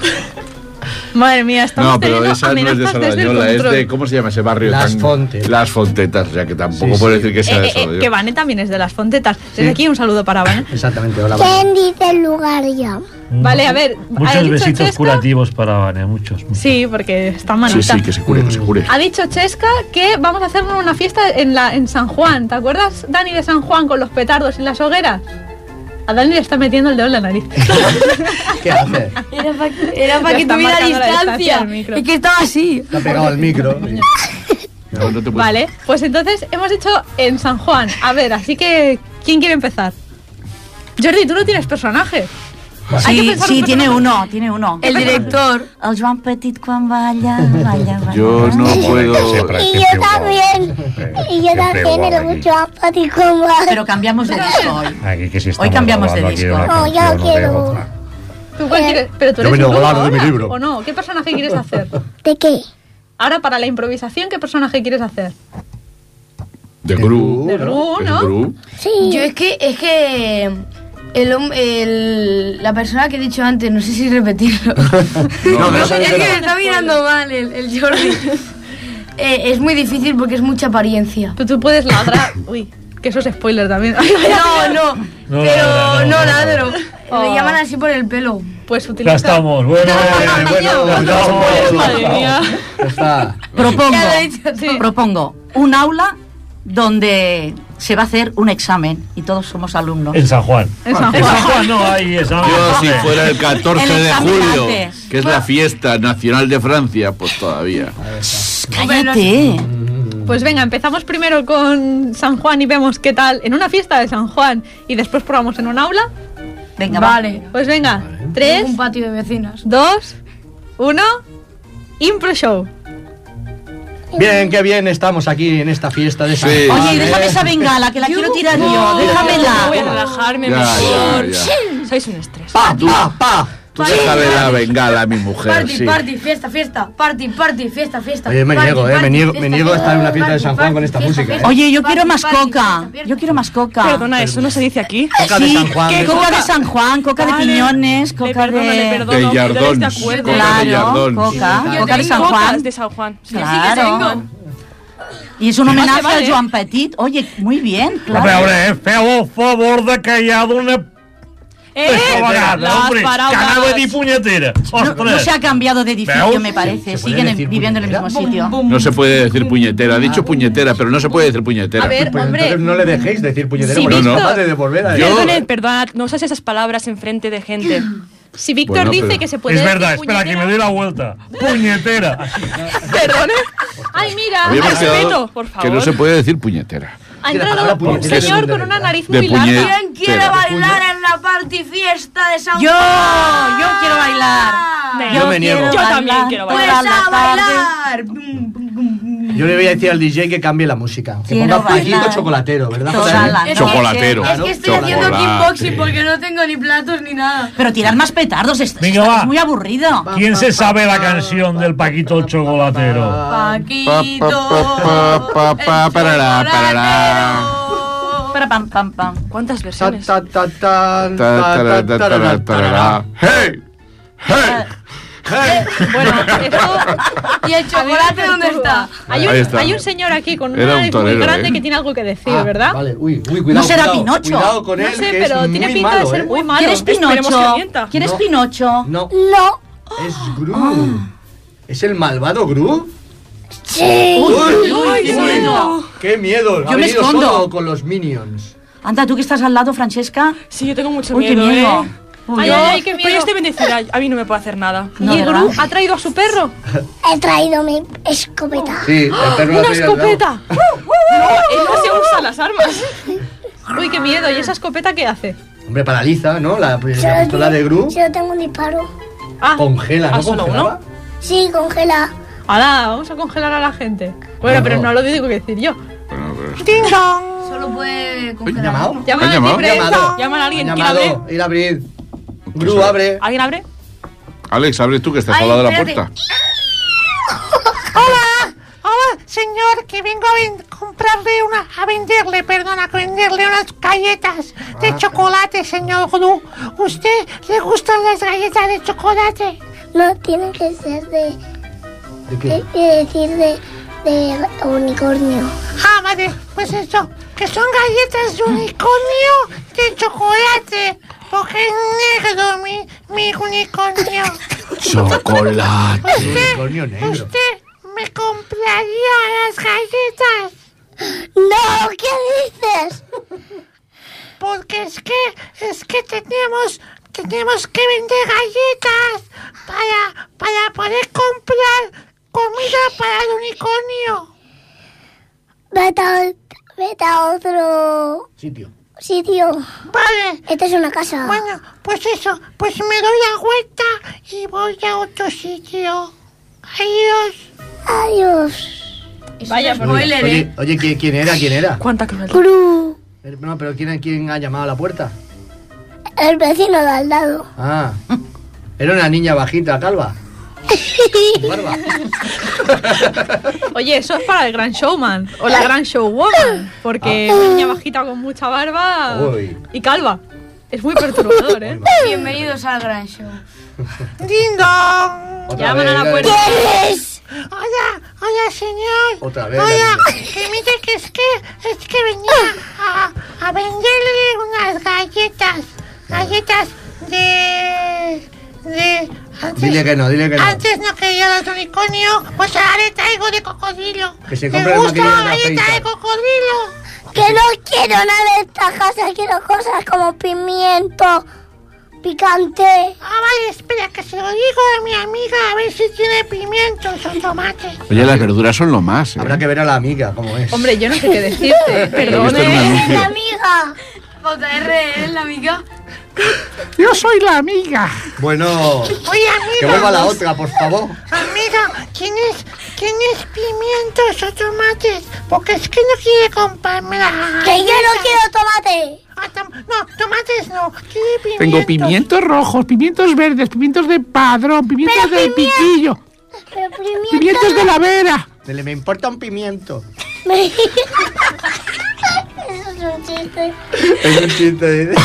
S1: Madre mía, estamos
S2: No, pero
S1: teniendo
S2: esa no es de
S1: amenazas desde el
S2: Sardañola, es
S1: control.
S2: de. ¿Cómo se llama ese barrio?
S10: Las
S2: tan-
S10: Fontes.
S2: Las Fontetas, o sea que tampoco
S10: Sí,
S2: puedo
S10: sí.
S2: decir que sea
S1: Eh,
S2: de
S1: eh, eh, que
S2: Sardañola.
S1: Vane también es de las fontetas. Desde aquí un saludo para
S3: ¿eh?
S1: Vane.
S10: Exactamente, hola.
S4: ¿Quién dice el lugar ya?
S1: Vale, a ver, ¿ha
S8: Mm. Muchos
S1: dicho
S8: besitos
S1: Chesca?
S8: curativos para Vane, muchos. muchos.
S1: Sí, porque está malita.
S2: Sí, sí, que se cure, que se cure.
S1: Ha dicho Chesca que vamos a hacer una fiesta en, la, en San Juan. ¿Te acuerdas, Dani, de San Juan con los petardos y las hogueras? A Dani le está metiendo el dedo en la [laughs] nariz.
S10: ¿Qué hace?
S5: Era para era pa
S1: Ya
S5: que
S1: está
S5: tuviera
S1: marcando la distancia
S5: distancia.
S1: al micro.
S5: Es que estaba así.
S10: Está pegado al micro. y-
S2: No, no te puedes-
S1: Vale, pues entonces hemos hecho en San Juan. A ver, así que, ¿quién quiere empezar? Jordi, tú no tienes personaje. Hay que
S3: Sí,
S1: pensar
S3: sí,
S1: un
S3: tiene
S1: personaje.
S3: uno, tiene uno.
S5: El
S1: [laughs]
S5: director.
S3: El Joan Petit quan balla, balla, balla.
S2: Yo no puedo.
S4: Y yo
S10: [laughs]
S4: también. Y yo también el Joan Pati
S3: Pero cambiamos
S4: [laughs]
S3: de disco hoy.
S11: Aquí que sí
S3: Hoy cambiamos de disco.
S4: No, yo quiero. Eh,
S1: ¿Tú cuál quieres? Pero tú
S10: Yo
S1: eres
S10: vengo
S1: un
S10: volado de mi
S1: ahora,
S10: libro.
S1: ¿O no? ¿Qué personaje quieres
S10: [laughs]
S1: hacer?
S4: ¿De qué?
S1: Ahora para la improvisación, ¿qué personaje quieres hacer?
S2: De Gru.
S1: De Gru,
S2: Es
S1: ¿no?
S2: Gru.
S4: Sí.
S5: Yo es que es que el, hom- el- la persona que he dicho antes, no sé si repetirlo. [laughs]
S2: No, no,
S5: es que me está mirando mal el, el Jordi. Eh, es muy difícil porque es mucha apariencia.
S1: Tú, tú puedes la otra... Uy, que eso es spoiler también. [laughs] Ay, vaya.
S5: No, no.
S8: No,
S5: pero
S8: no, no,
S5: no,
S8: no,
S5: nada,
S8: no.
S5: pero
S1: Oh.
S5: le llaman así por el pelo.
S1: Pues
S8: Ya
S1: utiliza...
S8: estamos, bueno,
S10: eh,
S8: bueno,
S1: bueno,
S8: ya estamos.
S1: Madre mía.
S10: Ya está.
S3: Propongo,
S5: Ya lo he dicho
S1: Sí.
S3: propongo un aula donde se va a hacer un examen y todos somos alumnos.
S8: En San Juan.
S1: En San
S8: En
S1: Juan.
S8: San Juan no hay examen.
S2: Yo, si fuera el 14
S3: El
S2: de
S3: examen
S2: julio,
S3: antes.
S2: que es la fiesta nacional de Francia, pues todavía.
S3: Cállate.
S1: Pues venga, empezamos primero con San Juan y vemos qué tal en una fiesta de San Juan y después probamos en un aula.
S3: Venga, va.
S5: Vale.
S1: Pues venga,
S5: Tengo
S1: 3,
S5: Un patio de vecinas.
S1: 2, 1, impro show.
S10: Bien, qué bien estamos aquí en esta fiesta de San
S2: Sí.
S10: Juan,
S3: Oye,
S10: ¿eh?
S3: déjame
S1: [laughs]
S3: esa bengala que la quiero tirar yo.
S9: Voy a
S3: Déjamela.
S9: relajarme
S2: Ya,
S9: mejor.
S2: ya,
S9: Sois un estrés.
S10: Pa, pa, pa.
S2: Tú déjale la bengala a mi mujer,
S5: Party,
S2: sí.
S5: party, fiesta, fiesta, party, party, fiesta, fiesta.
S10: Oye, me
S5: party,
S10: niego, eh,
S5: party,
S10: me niego- me
S5: fiesta,
S10: niego a estar en una fiesta de San Juan con esta música, eh.
S3: Oye, yo quiero más coca. Yo quiero más coca.
S9: Perdona, eso no se dice aquí.
S10: Coca de
S3: Sí,
S10: San Juan.
S3: que
S10: ¿eh?
S3: coca de San Juan, coca de piñones,
S9: Le
S3: coca
S9: perdono, le
S3: de...
S9: perdono.
S2: De
S9: Pilar,
S2: Yardón.
S9: ¿está de acuerdo?
S2: Coca de
S3: Claro,
S2: Yardón.
S3: coca,
S5: Sí,
S3: coca de
S5: yo
S3: San
S5: tengo
S9: Cocas
S3: Juan.
S9: de San Juan. Sí.
S3: Claro.
S5: tengo.
S3: Y es un
S1: se
S3: homenaje
S1: vale.
S3: a Joan Petit. Oye, muy bien,
S8: Hombre,
S3: claro.
S8: hombre, es Eh, feo favor de que haya una
S1: ¡Eh!
S8: Cagada, pues, hombre, cagada de puñetera.
S3: No, no
S8: Ostras.
S3: se ha cambiado de edificio,
S8: Veos,
S3: me
S10: se
S3: parece.
S10: puede
S3: Siguen en-
S10: decir
S3: viviendo en el mismo sitio.
S2: No se puede decir puñetera. Ha dicho puñetera, pero no se puede decir puñetera.
S1: A ver,
S10: Pues
S1: hombre,
S10: entonces no le dejéis decir puñetero
S1: Sí,
S10: porque
S2: visto.
S10: es capaz de devolver a
S2: Yo-
S9: Perdonad, perdonad, no usáis esas palabras enfrente de gente.
S1: si Víctor
S2: Bueno,
S1: dice
S2: pero-
S1: que se puede...
S8: Es
S1: decir
S8: verdad, espera, que me
S1: puñetera-
S8: doy la vuelta. Puñetera.
S1: Perdone. Ay, mira,
S2: Habíamos
S1: respeto,
S2: quedado
S1: Ah, por favor.
S2: que no se puede decir puñetera.
S1: Ha
S10: Que la
S1: entrado
S10: palabra
S1: un
S10: puñetera ¿eh? es
S1: señor con
S10: fundamental.
S1: una nariz
S2: De
S1: muy
S2: puñe-
S1: larga.
S5: ¿Quién quiere
S2: Pero-
S5: bailar en la party fiesta de San
S3: Yo,
S5: Juan?
S3: yo quiero bailar.
S5: Yo
S10: me niego.
S9: Yo también quiero
S5: Pues
S9: bailar.
S5: a bailar. Bum, bum, bum, bum.
S10: Yo le voy a decir al DJ que cambie la música. Que
S3: Quiero
S10: ponga Paquito
S3: bailar.
S10: Chocolatero, ¿verdad?
S3: Toda
S10: José?
S3: la-
S5: Es que-
S2: Chocolatero.
S5: Es que estoy haciendo
S2: Chocolate.
S10: Ah.
S5: kickboxing porque no tengo ni platos ni nada.
S3: Pero tirad más petardos, es,
S8: Venga,
S3: es-
S8: va.
S3: es muy aburrido.
S8: ¿Quién se sabe la canción del Paquito el Chocolatero?
S5: Paquito.
S2: pa, pa, pa,
S5: el
S2: parará, parará.
S5: chocolatero.
S3: Para pam pam pam.
S9: ¿Cuántas
S10: Ta,
S9: versiones?
S10: ta, ta, tan, ta,
S2: Ta, tarara,
S10: ta,
S2: tarara,
S10: tarara,
S2: tarara.
S10: tarara.
S2: ¡Hey! ¡Hey!
S5: Eh,
S1: Bueno, esto...
S5: ¿Y el chocolate dónde está?
S1: Hay un,
S2: Ahí está.
S1: hay un señor aquí con
S2: Era
S1: una
S2: un
S1: nariz
S2: torero,
S1: muy grande
S2: ¿eh?
S1: que tiene algo que decir,
S10: Ah,
S1: ¿verdad?
S10: Vale, uy, uy, cuidado.
S3: será
S10: cuidado,
S3: Pinocho.
S10: Cuidado con
S1: No
S10: él,
S1: sé,
S10: que es
S1: pero tiene
S10: muy
S1: pinta
S10: malo,
S1: de ser
S10: ¿eh?
S1: muy malo.
S3: ¿Quieres
S9: esperemos que
S3: Pinocho?
S9: mienta.
S3: ¿Quieres
S10: No.
S3: Pinocho?
S10: No,
S4: No.
S10: es Gru. ¿Es el malvado Gru?
S4: Sí.
S10: ¡Uy!
S9: ¡Ay, qué miedo!
S10: ¡Qué miedo!
S3: Yo
S10: Ha
S3: me
S10: venido
S3: escondo.
S10: solo con los minions.
S3: Anda, tú que estás al lado, Francesca.
S9: Sí, yo tengo mucho
S3: Uy, qué
S9: miedo,
S3: miedo.
S9: ¿eh?
S1: Ay,
S9: Yo-
S1: ay, ay, qué
S9: Pero yo
S1: miedo.
S9: estoy bendecida, a mí no me puede hacer nada.
S3: No,
S1: y Gru
S3: ¿verdad?
S1: ha traído a su perro.
S4: He traído mi escopeta.
S10: Sí, el perro
S1: Ah, ¡Una escopeta! Él [laughs] no se usa las armas. [laughs] Uy, qué miedo. ¿Y esa escopeta qué hace?
S10: Hombre, paraliza, ¿no? La, la
S4: Solo
S10: pistola
S4: tiene-
S10: de Gru
S4: Solo tengo un disparo.
S1: Ah,
S10: congela,
S9: ¿Ah,
S10: ¿no?
S9: solo
S10: Congelaba.
S4: Sí, congela.
S1: ala, vamos a congelar a la gente. Bueno,
S10: No,
S1: pero
S10: no.
S1: no lo digo que decir yo.
S5: Solo puede
S10: ¿Han
S5: congelar.
S10: llamado?
S1: Llaman al
S2: llamado?
S1: timbre.
S10: ¿Han llamado?
S1: Llaman a alguien.
S10: ¿Han
S1: ¿Quién abre?
S10: llamado? Ir a abrir. Gru,
S2: sabe?
S10: abre.
S1: ¿Alguien abre?
S2: Alex, abre tú que estás
S5: Ay,
S2: al lado de la
S5: espérate.
S2: puerta.
S11: Hola, señor, que vengo a ven- comprarle una, a venderle, perdona, a venderle unas galletas de chocolate, señor Gru. ¿Usted le gustan las galletas de chocolate?
S4: No tiene que ser de.
S10: ¿De
S4: Hay
S10: qué?
S4: que decir de, de unicornio.
S11: Ah, vale, pues eso, que son galletas de unicornio de chocolate, porque es negro mi, mi unicornio.
S2: Chocolate.
S10: Unicornio negro.
S11: ¿Usted me compraría las galletas?
S4: No, ¿qué dices?
S11: Porque es que, es que tenemos, tenemos que vender galletas para, para poder comprar comida para el unicornio.
S4: Vete a, ot- vete a otro
S10: Sitio.
S4: sitio.
S11: Vale,
S4: Esta es una casa.
S11: bueno, pues eso, pues me doy la vuelta y voy a otro sitio. Adiós.
S4: Adiós.
S1: Vaya, pues,
S5: Oye, Spoiler,
S10: Oye,
S5: ¿eh?
S10: oye, ¿quién quién era? ¿Quién era?
S9: ¿Cuánta crueldad?
S4: Gru,
S10: Eh, No, pero ¿quién, quién ha llamado a la puerta?
S4: el vecino de al lado.
S10: Ah. Era una niña bajita, calva. Barba.
S1: Oye, eso es para el gran showman o la gran showwoman. Porque una niña bajita con mucha barba
S10: Ah. Uy.
S1: y calva. Es muy perturbador, ¿eh?
S5: Bienvenidos al gran show.
S11: Lindo.
S10: Otra
S1: Llaman
S10: vez,
S1: a la
S10: era-
S1: puerta.
S4: ¿Eres?
S11: Hola, hola señor.
S10: Otra vez.
S11: Hola,
S10: la niña.
S11: que mire que es que es que venía a, a venderle unas galletas, galletas de de antes,
S10: Dile que no, dile que no.
S11: antes no quería los unicornio, pues ahora le traigo de cocodrilo.
S10: Que se
S11: ¿Te
S10: compre la
S11: gusta
S10: maquinilla
S11: la
S10: de la
S11: galleta
S10: feita.
S11: de cocodrilo?
S4: Que no quiero nada de esta casa. Quiero cosas como pimiento, picante.
S11: Ah, vale, espera que se lo digo a mi amiga a ver si tiene pimientos o tomates.
S2: Oye, las verduras son lo más. ¿eh?
S10: Habrá que ver a la amiga cómo es.
S1: Hombre, yo no sé qué decirte.
S2: Lo he visto en un
S1: Perdone.
S10: Eh.
S2: anuncio.
S4: La amiga.
S5: JR es la amiga.
S11: Yo soy la amiga.
S10: Bueno,
S11: Oye,
S10: que
S11: amigo.
S10: vuelva la otra, por favor.
S11: Amiga, ¿tienes, ¿tienes pimientos o tomates? Porque es que no quiere comprarme la Ah,
S4: Que yo no quiero tomate.
S11: no, tomates no, quiere pimientos.
S2: Tengo pimientos rojos, pimientos verdes, pimientos de padrón, pimientos
S4: Pero
S2: del
S4: pimiento-
S2: pitillo,
S4: Pero pimiento. [laughs]
S2: pimientos de la vera.
S10: Dile, me importa un
S2: [laughs]
S10: pimiento.
S4: Eso es un chiste.
S10: Es un chiste de-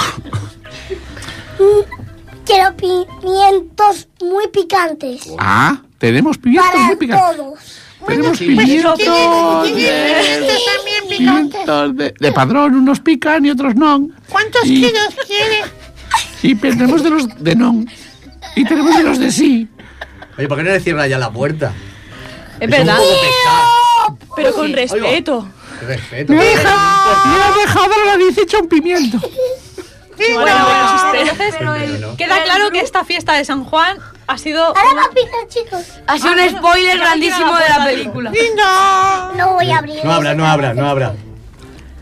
S4: Quiero pimientos muy picantes.
S2: Ah, tenemos pimientos
S4: Para
S2: muy picantes.
S4: todos.
S2: Tenemos
S10: sí.
S2: pimientos,
S11: ¿Tienes, tienes
S2: de,
S11: pimientos también este? picantes?
S2: pimientos de, de padrón, unos pican y otros no.
S11: ¿Cuántos
S2: Y-
S11: kilos quiere?
S2: Y tenemos de los de no. Y tenemos de los de sí.
S10: Oye, ¿por qué no le cierra ya la puerta?
S1: Es verdad.
S10: un poco pesado.
S9: Pero con respeto.
S10: Qué Respeto.
S2: Y he dejado la nariz hecha un pimiento.
S1: Bueno, bueno, entonces queda claro que esta fiesta de San Juan ha sido
S4: Ahora va a picar, chicos.
S5: Ha sido un spoiler grandísimo de la película.
S4: No voy a abrir.
S10: No habrá, no habrá, no habrá.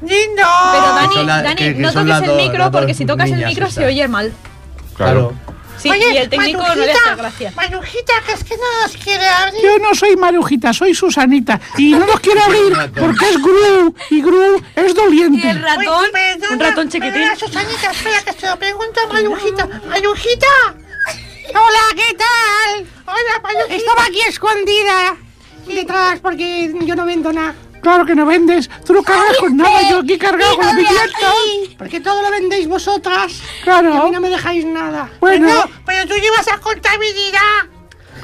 S1: Pero Dani,
S10: son la-
S1: Dani,
S10: que- que
S1: no
S10: son
S1: toques
S10: las
S1: el
S10: dos-
S1: micro
S10: las dos
S1: porque si tocas el
S10: niñas
S1: micro se
S10: estas.
S1: oye mal.
S10: Claro.
S1: Sí,
S11: Oye,
S1: y el técnico no le hace gracia.
S11: Marujita, que es que no nos quiere abrir.
S12: Yo no soy Marujita, soy Susanita. Y no los quiero abrir porque es Gru. Y Gru es doliente.
S11: Uy, perdona, perdona, Susanita, espera que se lo pregunto a Mayujita. ¡Mayujita! Hola, ¿qué tal? Hola, Mayujita.
S13: Estaba aquí escondida detrás porque yo no vendo nada.
S12: Claro que no vendes. Tú no cargas con Pues
S11: Eh,
S12: nada. Yo aquí cargado con la pimienta.
S13: Porque todo lo vendéis vosotras.
S12: Claro.
S13: Y a mí no me dejáis nada.
S12: Bueno.
S13: Pero,
S11: Pues pero tú llevas a contabilidad.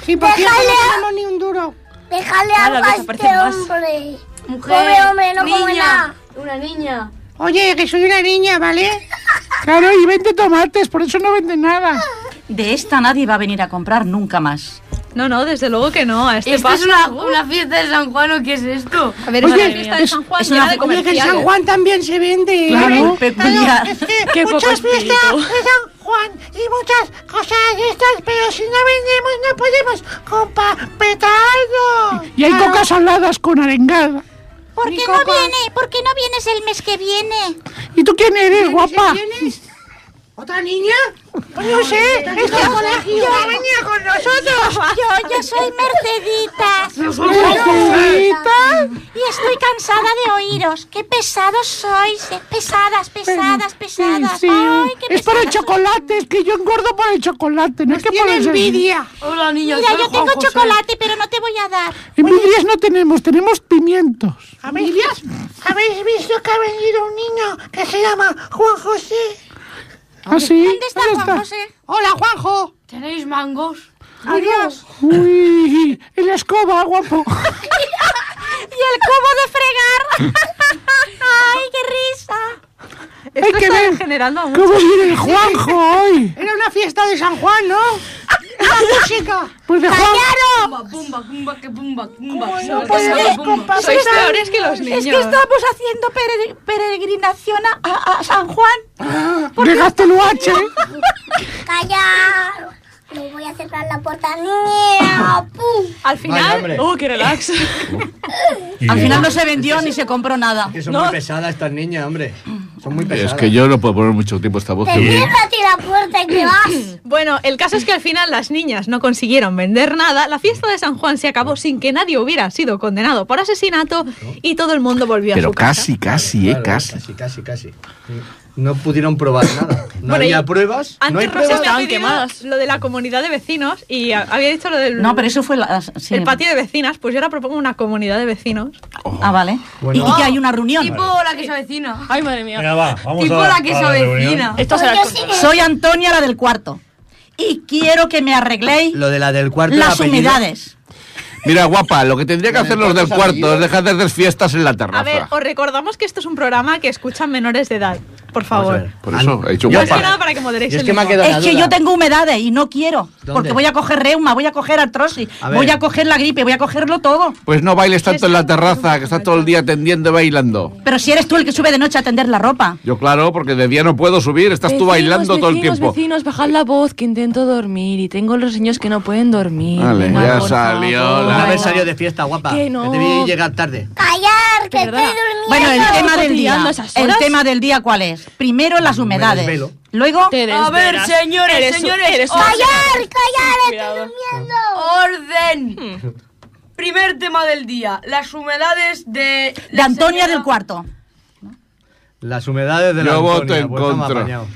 S13: Sí, porque yo
S4: Déjale.
S13: no ganamos ni un duro.
S4: Déjale
S13: Ahora
S4: algo a
S13: desaparecen
S4: este
S13: más.
S4: hombre. Pobre hombre, no come nada. Una niña.
S12: Oye, que soy una niña, ¿vale? [laughs] Claro, y vende tomates, por eso no vende nada.
S3: De esta nadie va a venir a comprar nunca más.
S1: No, no, desde luego que no. A este
S3: Esta
S1: paso.
S3: es una-
S5: una fiesta de San Juan, ¿o qué es esto?
S1: A ver,
S5: Oye,
S1: es una fiesta de
S5: es-
S1: San Juan
S5: es
S1: llena
S5: una-
S1: de
S5: oye, que en
S1: comerciales.
S5: San Juan
S13: también se vende.
S12: Claro.
S11: ¿eh? Claro, es que
S12: Qué poco
S11: muchas
S12: espíritu.
S11: fiestas de San Juan y muchas cosas de estas, pero si no vendemos no podemos comprar petardos.
S12: Y hay cocas saladas con arengada.
S14: ¿Por qué no viene? ¿Por qué no vienes el mes que viene?
S12: ¿Y tú quién eres, guapa?
S13: ¿Otra niña?
S11: Pues no sé, es que colegio va a venir con
S12: [laughs]
S11: nosotros.
S14: Yo, yo soy Merceditas.
S12: Merceditas.
S14: Y estoy cansada de oíros. Qué pesados sois. eh, Pesadas, pesadas, pesadas.
S12: Sí,
S14: Ay, qué
S12: es por el chocolate, es que yo engordo por el chocolate, no es que por el
S14: Hola,
S12: niña,
S14: Pues Mira,
S12: soy
S14: yo tengo
S12: Juan José.
S14: chocolate, pero no te voy a dar.
S12: Envidias no tenemos, tenemos pimientos.
S11: ¿Habéis, ¿Habéis visto que ha venido un niño que se llama Juan José?
S12: ¿Ah, sí?
S11: ¿Dónde está
S12: ¿Dónde
S11: Juan José? Hola, Juanjo. ¿Tenéis mangos? Adiós.
S12: Uy, y la escoba,
S11: [laughs]
S12: guapo.
S14: Y el cubo de fregar. Ay, qué risa.
S1: Esto
S12: Hay que
S1: está
S12: ver
S1: generando a
S12: cómo
S1: muchos.
S12: viene el Juanjo hoy.
S13: Era una fiesta de San Juan,
S14: [laughs]
S13: ¿no? La música.
S12: Pues de Juan.
S5: Pumba, pumba, pumba, que pumba, pumba.
S13: no
S5: que
S13: puede
S5: pumba,
S13: ser,
S5: pumba.
S13: compa,
S5: Sois
S13: pero-
S5: peores que los niños.
S14: Es que estamos haciendo pere- peregrinación a, a- a San Juan.
S12: Llegaste el H.
S4: ¡Callar! No voy a cerrar la puerta. ¡Niña! ¡Pum!
S1: Al
S10: Vaya, hombre.
S3: uh,
S1: ¡Oh, qué relax!
S3: Al final no se vendió ni se compró nada.
S10: Que son muy pesadas estas niñas, hombre. Son muy pesadas.
S2: Es que yo no puedo poner mucho tiempo esta
S8: Pues
S2: voz.
S1: Te
S2: que-
S1: quiero
S4: la puerta y te vas.
S1: [clears throat] Bueno, el caso es que al final las niñas no consiguieron vender nada, la fiesta de San Juan se acabó sin que nadie hubiera sido condenado por asesinato y todo el mundo volvió a
S2: Pero
S1: su casa.
S2: casi, casi, eh,
S10: Claro,
S2: casi.
S10: Casi, casi, casi. No pudieron probar nada. No
S1: Bueno,
S10: había
S1: y
S10: pruebas.
S1: Antes
S10: no hay
S1: Rosa
S10: pruebas.
S1: me ha pedido lo de la comunidad de vecinos y a- había dicho lo del
S3: No, pero eso fue la- sí.
S1: el patio de vecinas, pues yo ahora propongo una comunidad de vecinos.
S8: Oh.
S3: Ah, vale.
S10: Bueno.
S3: Y que hay una reunión.
S1: Tipo
S5: la que se avecina.
S1: Ay, madre mía.
S8: Venga, va, vamos
S3: Tipo
S8: a
S3: la que
S8: a
S3: se
S8: reunión.
S3: avecina.
S5: Esto será
S3: Oye,
S5: corto.
S3: sí. Soy Antonia, la del cuarto. Y quiero que me arregléis
S10: Lo de la del cuarto.
S3: las
S10: apellido.
S3: humedades.
S2: Mira, guapa, lo que tendría que hacer los del cuarto es dejar de hacer fiestas en la terraza.
S1: A ver, os recordamos que esto es un programa que escuchan menores de edad, por favor.
S2: Por eso, he hecho
S1: Más que
S2: guapa.
S1: nada para que moderéis
S2: Yo es
S1: el
S2: que me ha
S1: humor.
S2: quedado la
S3: Es que
S2: duda.
S3: yo tengo humedades y no quiero. Porque voy a coger reuma, voy a coger artrosis,
S2: A ver.
S3: voy a coger la gripe, voy a cogerlo todo.
S2: Pues no bailes tanto en la terraza, que estás todo el día tendiendo y bailando.
S3: Pero si eres tú el que sube de noche a tender la ropa.
S2: Yo, claro, porque de día no puedo subir, estás tú
S9: Vecinos,
S2: bailando todo el
S9: vecinos,
S2: tiempo.
S9: Vecinos, bajad la voz, que intento dormir y tengo los niños que no pueden dormir.
S2: Vale,
S9: Venga,
S2: ya
S9: por
S2: salió
S9: favor.
S10: Por haber salido de fiesta, guapa.
S9: Que no.
S10: te vi llegar tarde.
S4: ¡Callar! ¡Que
S9: Perdona.
S4: estoy durmiendo!
S3: Bueno, el tema del día.
S9: fastidiando esas
S3: El
S9: horas?
S3: tema del día cuál es? Primero las humedades.
S10: desvelo.
S3: Luego
S9: A ver, señores, señores,
S4: ¡Callar! ¡Callar!
S5: Cuidado. ¡Orden! Hmm. Primer tema del día, las humedades de...
S3: de Antonia del cuarto.
S10: Las humedades de la
S2: Yo voto
S10: Antonia,
S2: en
S10: pues no me ha
S2: contra.
S10: apañado.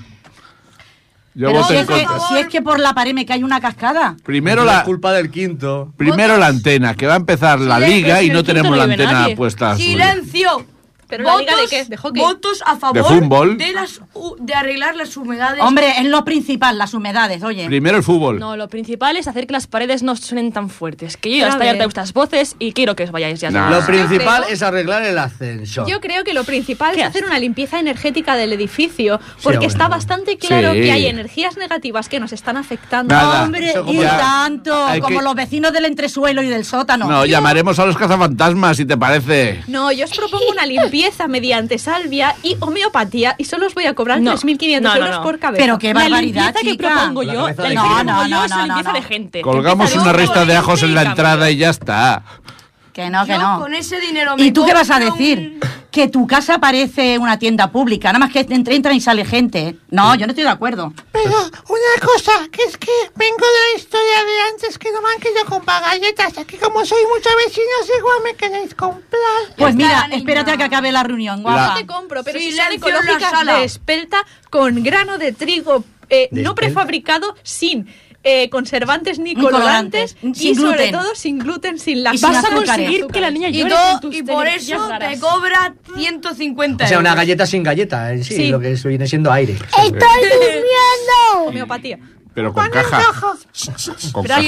S2: Yo
S3: Pero
S2: voto
S3: si
S2: en
S3: es, que,
S2: contra.
S3: si es que por la pared me cae una cascada.
S2: Primero
S10: Es
S2: la,
S10: culpa del quinto.
S2: primero la antena, que va a empezar la
S5: Silencio,
S2: liga y
S5: si
S2: no
S5: el quinto
S2: tenemos
S5: no
S2: la
S5: vive
S2: antena
S5: nadie.
S2: puesta. a su-
S5: ¡Silencio!
S1: ¿Pero la liga de qué? ¿De hockey?
S5: votos a favor
S2: fútbol?
S5: de las u- de arreglar las humedades.
S3: Ah. Hombre, es lo principal, las humedades, oye.
S2: Primero el fútbol.
S9: No, lo principal es hacer que las paredes no suenen tan fuertes. Que yo
S1: Pero
S9: ya
S1: a
S9: estoy
S1: ver.
S9: harta de vuestras voces y quiero que os vayáis ya.
S2: Nah.
S10: Lo principal
S1: creo-
S10: es arreglar el ascensor.
S1: Yo creo que lo principal es hacer una limpieza energética del edificio, porque
S10: hombre.
S1: está bastante claro
S10: Sí.
S1: que hay energías negativas que nos están afectando.
S2: Nada.
S3: Hombre,
S2: Eso como
S3: y
S2: ya-
S3: tanto,
S2: hay
S3: como
S2: que-
S3: los vecinos del entresuelo y del sótano.
S2: No, llamaremos a los cazafantasmas, si te parece.
S1: No, yo os propongo una limpieza mediante salvia y homeopatía y solo os voy a cobrar
S9: No.
S1: 3.500
S9: No, no,
S1: euros
S9: no.
S1: por cabeza.
S3: Pero qué
S9: La
S3: barbaridad,
S9: limpieza que
S3: chica.
S9: propongo
S10: La
S9: yo,
S10: cabeza
S9: la
S10: de
S9: limpieza que
S10: gente.
S9: propongo
S3: No, no,
S9: yo es
S3: no,
S9: la
S3: no,
S9: limpieza
S3: no.
S9: de gente.
S2: Colgamos
S9: Empieza
S2: una
S9: luego
S2: resta
S9: por
S2: de
S9: la
S2: ajos
S9: gente
S2: en
S9: y
S2: la
S9: cambio.
S2: entrada y ya está.
S3: Que no, que
S5: Yo
S3: no.
S5: con ese dinero me
S3: ¿Y tú qué vas a
S5: compro un-
S3: decir? que tu casa parece una tienda pública, nada más que entra, entra y sale gente. No, yo no estoy de acuerdo.
S11: Pero una cosa, que es que vengo de la historia de antes que no me han querido comprar galletas. Aquí como soy muchos vecinos, igual me queréis comprar.
S3: Pues mira, espérate a que acabe la reunión, guapa.
S1: Yo te compro, pero si son
S3: Silencio en la
S1: ecológicas
S3: sala.
S1: de espelta con grano de trigo eh, no prefabricado, sin eh, conservantes
S3: Ni
S1: ni colorantes,
S3: colorantes,
S1: y
S3: sin
S1: sobre
S3: gluten.
S1: todo sin gluten, sin la
S5: Vas a conseguir que la niña
S1: Y
S5: llore con
S1: todo-
S5: tus televisiones raras. cobra 150
S10: O sea, una galleta sin galleta en sí,
S5: Sí.
S10: lo que es- viene siendo aire.
S5: [laughs]
S1: durmiendo! Homeopatía.
S2: Pero con caja. Con caja.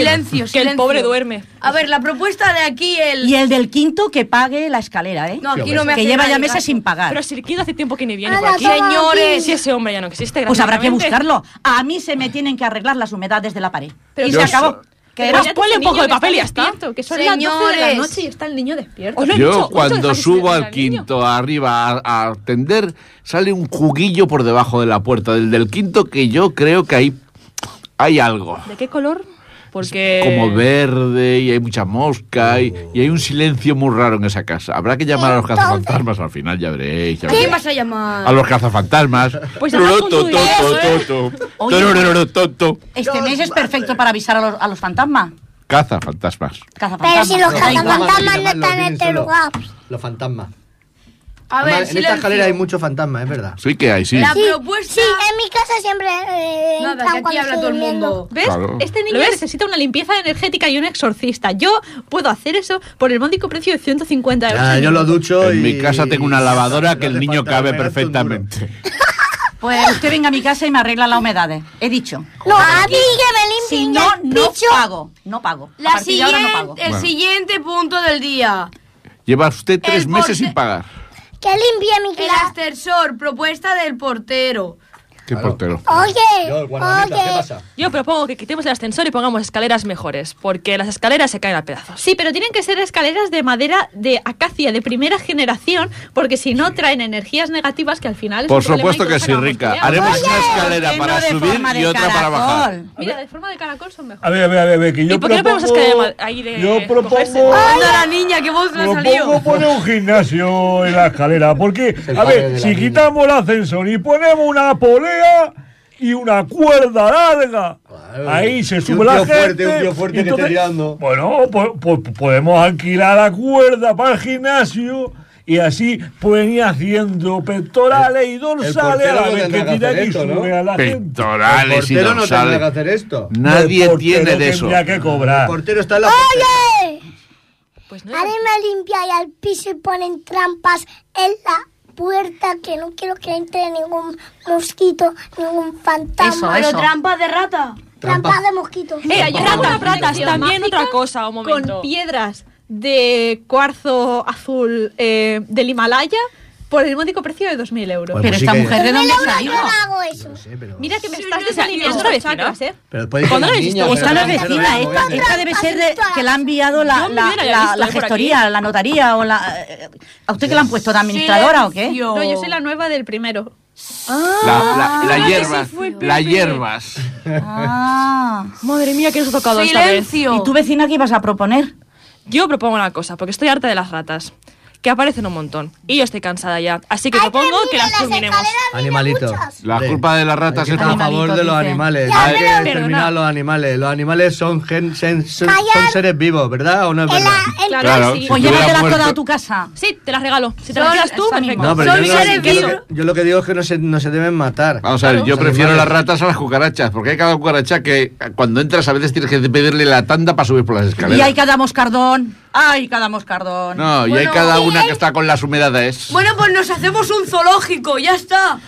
S5: Que el pobre duerme. A ver, la propuesta de aquí el...
S3: Y el del quinto que pague la escalera, ¿eh?
S5: No, aquí no me
S3: que
S5: hace
S3: lleva
S5: nadie
S3: ya meses
S5: caso.
S3: sin pagar.
S9: Pero si el Kid hace tiempo que ni viene
S3: Ala,
S9: por aquí.
S3: toma aquí.
S9: Señores, si ese hombre ya no existe,
S3: Pues habrá que
S9: gráficamente.
S3: buscarlo. A mí se me tienen que arreglar las humedades de la pared.
S1: Pero
S3: y
S1: este yo
S3: se
S1: so-
S3: acabó. Que
S1: Pero
S3: no-
S1: ya tiene niño que despierto, Que son las 12 de la
S5: Señores.
S1: noche y está el niño despierto.
S2: Yo cuando subo al quinto arriba a, a atender, sale un juguillo por debajo de la puerta, del del quinto que yo creo que hay, hay algo.
S9: ¿De qué color?
S5: Eh.
S9: Porque...
S2: Como verde y hay mucha mosca y, y hay un silencio muy raro en esa casa. Habrá que llamar a los cazafantasmas al final, ya veréis. ya
S5: ¿A quién
S2: veréis.
S5: vas a llamar?
S2: A los cazafantasmas.
S5: Pues
S2: Tururú,
S5: hablas con tu
S2: tu, tu,
S5: idea,
S2: tu, tu.
S3: Oye.
S2: Tururú, tu, tu.
S3: Este mes es perfecto para avisar a los, a los fantasmas.
S2: Cazafantasmas.
S3: Cazafantasmas.
S10: si los Los cazafantasmas fantasmas no
S3: están en este lugar.
S10: Los fantasmas.
S5: A
S10: Además,
S5: ver,
S10: en
S5: silencio.
S10: esta escalera hay muchos fantasmas, es verdad.
S2: Sí que hay, sí.
S5: La propuesta...
S4: Sí, en mi casa siempre eh,
S5: Nada,
S4: entran
S5: que aquí
S4: cuando
S5: habla
S4: estoy
S5: todo el
S4: durmiendo.
S5: mundo.
S1: ¿Ves?
S2: Claro.
S1: Este niño necesita una limpieza energética y un exorcista. Yo puedo hacer eso por el módico precio de 150 euros.
S10: Ah, yo lo ducho
S2: En
S10: y-
S2: mi casa tengo una
S10: y-
S2: lavadora que
S10: no
S2: el
S10: hace
S2: niño
S10: falta
S2: cabe
S10: pegarte un
S2: perfectamente.
S3: Pues usted venga a mi casa y me arregla las humedades. He dicho.
S4: No, a mí que me
S3: Si
S4: limpien
S3: no,
S4: el
S3: no
S4: picho.
S3: pago. No pago. a
S5: La
S3: partir de ahora no pago.
S5: siguiente, el
S2: Bueno.
S5: siguiente punto del día.
S2: Lleva usted tres
S5: El
S2: meses
S5: borde-
S2: sin pagar.
S4: Que limpie mi
S5: El
S4: casa.
S5: ascensor, propuesta del portero.
S2: Qué portero.
S4: Oye,
S10: Yo, el guardameta, ¿qué pasa?
S9: Yo propongo que quitemos el ascensor y pongamos escaleras mejores, porque las escaleras se caen a pedazos.
S1: Sí, pero tienen que ser escaleras de madera de eh, acacia de primera generación, porque si no traen energías negativas que al final. es
S2: Por
S1: un problema
S2: supuesto
S1: y todos
S2: que sí,
S1: acabamos
S2: Rica.
S1: peor.
S2: Haremos una escalera
S3: Haciendo
S2: para
S3: de
S2: subir
S3: forma de
S2: y otra para bajar.
S3: caracol.
S1: Mira, de forma de caracol son mejor.
S8: A ver, a ver, a ver, a ver, que yo
S9: ¿Y por qué no
S8: propongo...
S9: podemos escalar ahí de
S8: yo
S9: cogerse?
S8: propongo...
S5: Anda la niña, que vos la
S8: Propongo
S5: salió.
S8: poner un gimnasio en la escalera, porque, a
S10: padre
S8: ver,
S10: de la
S8: si
S10: niña.
S8: quitamos el ascensor y ponemos una polea y una cuerda larga, ahí se
S10: Eh, Y
S8: sube
S10: un
S8: la
S10: tío
S8: gente.
S10: fuerte, un tío fuerte que esté tirando.
S8: Bueno, po- po- podemos alquilar la cuerda para el gimnasio. Y así pueden ir haciendo pectorales y dorsales a
S10: portero
S8: la
S10: no
S8: vez que
S10: tendrá que
S8: tira
S10: hacer
S8: y
S10: esto, ¿no?
S8: sube a la gente.
S10: El
S2: Pectorales y
S10: portero no tendrá que
S2: dorsales.
S10: hacer esto.
S2: Nadie
S8: El portero
S2: tiene de eso.
S8: Tendría que
S10: El
S8: cobrar.
S10: portero está en la
S4: Oye,
S9: Pues no,
S4: a mí me limpiáis al piso y ponen trampas en la puerta que no quiero que entre ningún mosquito, ningún fantasma.
S5: Pero trampa de rata.
S4: Trampas de mosquitos.
S9: Mira, yo hago una ratas,
S1: conexión
S9: Eh, también
S1: mágica
S9: otra cosa, un momento.
S1: Con piedras de cuarzo azul eh, del Himalaya por el módico precio de 2.000 euros.
S10: Pues
S3: Pero
S10: sí
S3: esta
S10: que-
S3: mujer,
S4: Mil
S3: ¿de dónde
S4: euros
S3: ha salido?
S4: yo no hago eso.
S10: Sí, pero...
S1: Mira que me
S9: Sí,
S1: estás
S9: no,
S1: desalineando
S9: no,
S1: los
S9: no,
S1: chakras, ¿eh.
S10: Pero puede que
S9: ¿Cuándo
S10: el
S9: lo habéis
S10: niño,
S9: visto?
S1: Pues
S10: pero
S3: Esta no
S10: el
S3: es
S10: portero
S3: vecina,
S10: no
S3: esta,
S10: mueve.
S3: esta debe ser de- que la ha enviado la,
S9: Yo me
S3: la-
S9: hubiera
S3: la-
S9: visto
S3: la
S9: por aquí.
S3: gestoría, la notaría o la... eh, ¿A usted que la han puesto de administradora o qué?
S5: Silencio.
S1: No, yo soy la nueva del primero. Ah.
S2: La, la, la hierba,
S9: Ah, fue Pepe.
S2: la hierbas.
S3: Ah.
S9: Madre mía, que nos ha tocado esta vez.
S5: Silencio.
S3: ¿Y tu vecina qué ibas a proponer?
S9: Yo propongo una cosa, porque estoy harta de las ratas, que aparecen un montón. Y yo estoy cansada ya, así que propongo que las fulminemos.
S10: Animalito.
S2: La
S10: Sí.
S2: culpa de las ratas
S10: Hay
S2: es
S10: que estar a
S2: por
S10: favor
S3: Animalito,
S10: de los
S3: dice.
S10: animales.
S9: Ya,
S10: Hay que
S9: pero-
S10: exterminar
S9: Perdona.
S10: a los animales. Los animales son, gen- sen- sen- son
S4: Callar.
S10: seres vivos, ¿verdad o no es verdad?
S1: Claro,
S2: Claro,
S1: sí.
S2: Si
S3: Pues
S2: te hubiera
S3: llévatelas todas
S2: muerto-
S3: a tu casa.
S9: Sí, te las regalo. Si te
S5: Son-
S9: las quedas tú,
S5: eso
S9: perfecto.
S5: mismo.
S10: No, pero
S5: Son
S10: yo, no-
S5: seres
S10: yo lo
S5: vivos.
S10: que, yo lo que digo es que no se, no se deben matar.
S2: Vamos a ver, yo
S10: Los
S2: prefiero las
S10: animales.
S2: ratas a las cucarachas, porque hay cada cucaracha que cuando entras a veces tienes que pedirle la tanda para subir por las
S3: Y hay
S2: escaleras.
S3: cada moscardón. ¡Ay, cada moscardón!
S2: No, y hay
S5: Bueno,
S2: cada
S5: y
S2: una
S5: hay-
S2: que está con las humedades.
S5: Bueno, pues nos hacemos un zoológico, ya está.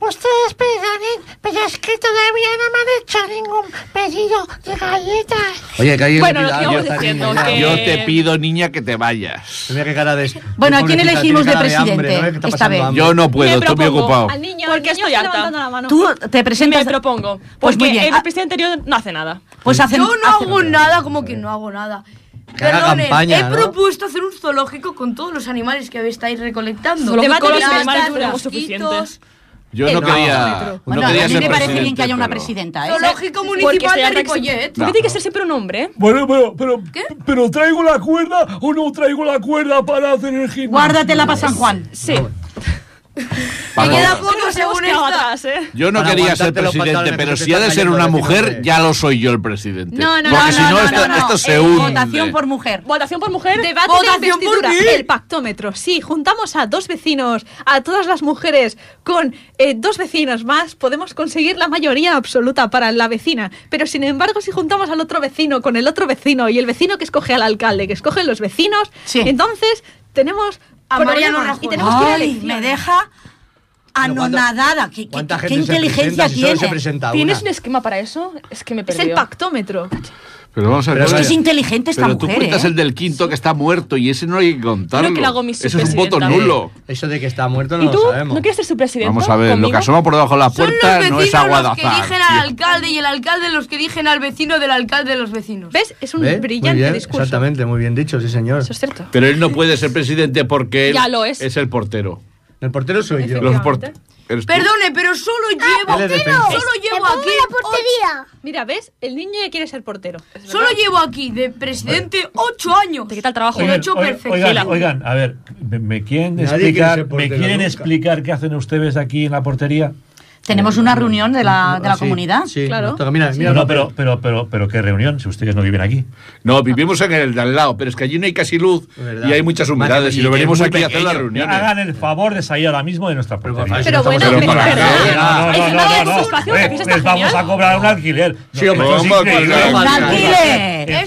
S11: Ustedes perdonen, pero es que todavía no me han hecho ningún pedido de galletas.
S10: Oye, que hay
S9: Bueno, lo
S10: cuidado,
S9: que íbamos
S10: esta
S9: diciendo,
S10: niña.
S9: que-
S2: Yo te pido, niña, que te vayas.
S10: Mira qué cara de.
S3: Bueno, ¿a quién
S10: pobrecita,
S3: elegimos
S10: tiene cara
S3: de
S10: hambre,
S3: presidente?
S10: ¿no? Que está
S3: Esta
S10: pasando
S3: vez.
S10: hambre.
S2: Yo no puedo,
S9: Me
S2: estoy muy
S9: propongo
S2: ocupado.
S1: Al niño,
S9: Porque
S1: al niño
S9: estoy
S1: está
S9: harta.
S1: levantando la mano.
S3: Tú te
S9: Me
S3: presentas...
S9: propongo, porque
S3: Pues muy bien.
S9: el
S3: ah,
S9: presidente anterior no hace nada.
S3: Pues hacen...
S5: Yo no
S3: hacen-
S5: hago nada, como que no hago nada.
S10: Que haga
S5: Perdonen,
S10: campaña,
S5: he
S10: ¿no?
S5: propuesto hacer un zoológico con todos los animales que estáis recolectando.
S9: Solo que
S5: Debate
S9: con los
S5: ratas,
S9: animales no tenemos
S5: mosquitos. Eh,
S9: suficientes.
S2: Yo no quería.
S3: Bueno,
S2: no quería
S3: a mí
S2: ser
S3: me parece bien
S2: presidente,
S3: que haya una
S2: pero-
S3: presidenta. ¿eh?
S5: Zoológico Municipal de Ripollet.
S9: ¿Por qué tiene que ser siempre un hombre?
S15: Bueno, pero, pero, pero ¿traigo la cuerda o no traigo la cuerda para hacer el gimnasio?
S3: Guárdatela para San Juan.
S9: Sí.
S2: Paco,
S9: poco según estás, ¿eh?
S2: Yo no
S10: Para
S2: quería ser
S10: aguantarte los
S2: presidente,
S10: pantalones
S2: pero
S10: que te
S2: si ha de
S10: están
S2: ser una
S10: cayendo de
S2: mujer, ya lo soy yo el presidente.
S1: No, no,
S2: Porque
S1: no,
S2: si
S1: no,
S2: no,
S1: no,
S2: esto,
S1: no.
S2: esto se
S1: Eh,
S2: hunde.
S3: Votación por mujer.
S9: Votación por mujer.
S1: Debate de investidura, el pactómetro. Sí, juntamos a dos vecinos, a todas las mujeres con eh, dos vecinos más, podemos conseguir la mayoría absoluta para la vecina. Pero sin embargo, si juntamos al otro vecino con el otro vecino y el vecino que escoge al alcalde, que escogen los vecinos, entonces tenemos
S3: A
S1: problemas
S3: Mariano Rajoy.
S1: y tenemos que ir a
S3: Ay,
S1: elecciones.
S3: me deja anonadada. ¿Qué, qué-
S10: cuánta
S3: qué
S10: gente se
S3: inteligencia
S10: presenta si solo
S3: tiene?
S10: se presenta
S9: ¿Tienes un esquema para eso? Es que me
S1: Es
S9: perdió.
S1: el pactómetro.
S2: Pero vamos a ver.
S3: Pero es que
S2: vaya.
S3: es inteligente esta
S2: Pero
S3: mujer,
S2: tú cuentas
S3: ¿eh?
S2: el del quinto que está muerto y ese no hay que contarlo.
S9: Creo que la hago mi
S2: Eso es un
S9: subpresidenta.
S2: voto nulo.
S10: Eso de que está muerto
S9: ¿Y
S10: no
S9: tú?
S10: lo sabemos.
S9: ¿No quieres ser su presidente?
S2: Vamos a ver, lo que asoma por debajo de la puerta no es agua de
S5: los que
S2: azar.
S5: eligen al alcalde y el alcalde los que eligen al vecino del alcalde de los vecinos.
S1: ¿Ves? Es
S10: ¿Ve? Muy bien, Exactamente, muy bien dicho, sí señor.
S9: es cierto.
S2: Pero él no puede ser presidente porque él
S5: Ya lo es.
S2: el portero.
S10: El portero soy yo.
S2: Los por- eres tú.
S5: Perdone, pero solo llevo,
S2: Ah, Él es defensa.
S5: solo llevo aquí,
S1: Mira, ¿ves? El niño ya quiere ser portero.
S5: solo llevo aquí de presidente ocho años. ¿De qué tal trabajo?
S8: Oigan,
S5: hecho
S8: oigan,
S5: perfecto.
S8: Oigan, oigan, a ver, ¿me, me quieren,
S10: Nadie quiere ser
S8: explicar, ¿me
S10: portero
S8: quieren
S10: nunca.
S8: explicar qué hacen ustedes aquí en la portería?
S3: Tenemos una reunión de la, de la
S10: Ah, Sí,
S3: comunidad.
S10: sí, Claro. nos toca. Mira, mira
S8: No,
S10: el
S8: no, pero, pero, pero, pero qué reunión, si ustedes no viven aquí.
S2: No, vivimos en el de al lado, pero es que allí no hay casi luz
S8: verdad.
S2: y hay muchas humedades y lo
S8: que
S2: venimos
S8: es muy
S2: aquí a hacer
S8: pequeño.
S2: las reuniones.
S8: Hagan el favor de salir ahora mismo de nuestra portería.
S2: Pero si no bueno, estamos
S8: ¿para
S2: en la
S8: qué?
S2: calle.
S8: no,
S2: Hay
S8: no,
S2: que
S8: no,
S2: darles
S8: no,
S2: un espacio,
S8: no.
S2: que
S8: Eh,
S2: aquí está
S8: Les vamos a
S2: genial.
S8: cobrar un alquiler.
S2: Sí,
S8: No,
S2: hombre, pues,
S8: esto es
S2: vamos a cobrar
S8: increíble.
S2: un
S3: alquiler.
S8: Encima
S3: Esto
S8: de
S3: es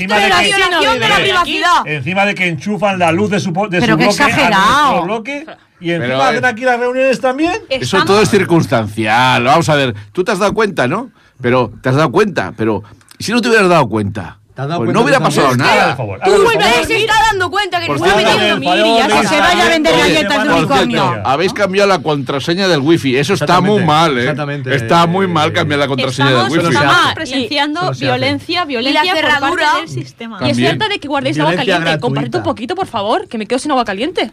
S8: que-
S3: violación de la privacidad.
S8: Encima de que enchufan la luz de su, po- de
S3: Pero
S8: su
S3: qué
S8: bloque a
S3: exagerado.
S8: nuestro bloque y encima
S2: Pero,
S8: hacen
S2: eh,
S8: aquí las reuniones también.
S2: Eso todo es circunstancial. Vamos a ver, tú te has dado cuenta, ¿no? Pero te has dado cuenta, pero si no te hubieras dado cuenta, pues
S10: cuenta
S2: no hubiera
S10: tú
S2: pasado
S10: también?
S2: nada.
S10: Por favor,
S5: Tú usted se está dando cuenta que
S2: Por
S5: nos está
S2: favor,
S5: metiendo mil y
S2: por
S5: ya
S2: favor,
S5: está.
S2: Luis. Oye, por cierto, Habéis cambiado la contraseña del wifi. Eso está muy mal, ¿eh?
S10: exactamente.
S2: Está muy mal cambiar la contraseña
S1: Estamos,
S2: del wifi.
S1: estamos presenciando
S2: Solo se hace.
S1: violencia, violencia
S5: Y la
S1: por
S5: cerradura.
S1: parte
S10: Mm.
S1: del sistema.
S9: Y es
S2: También.
S9: cierto de que guardéis agua
S2: Violencia
S9: caliente.
S2: gratuita.
S9: Compartid un poquito, por favor, que me quedo sin agua caliente.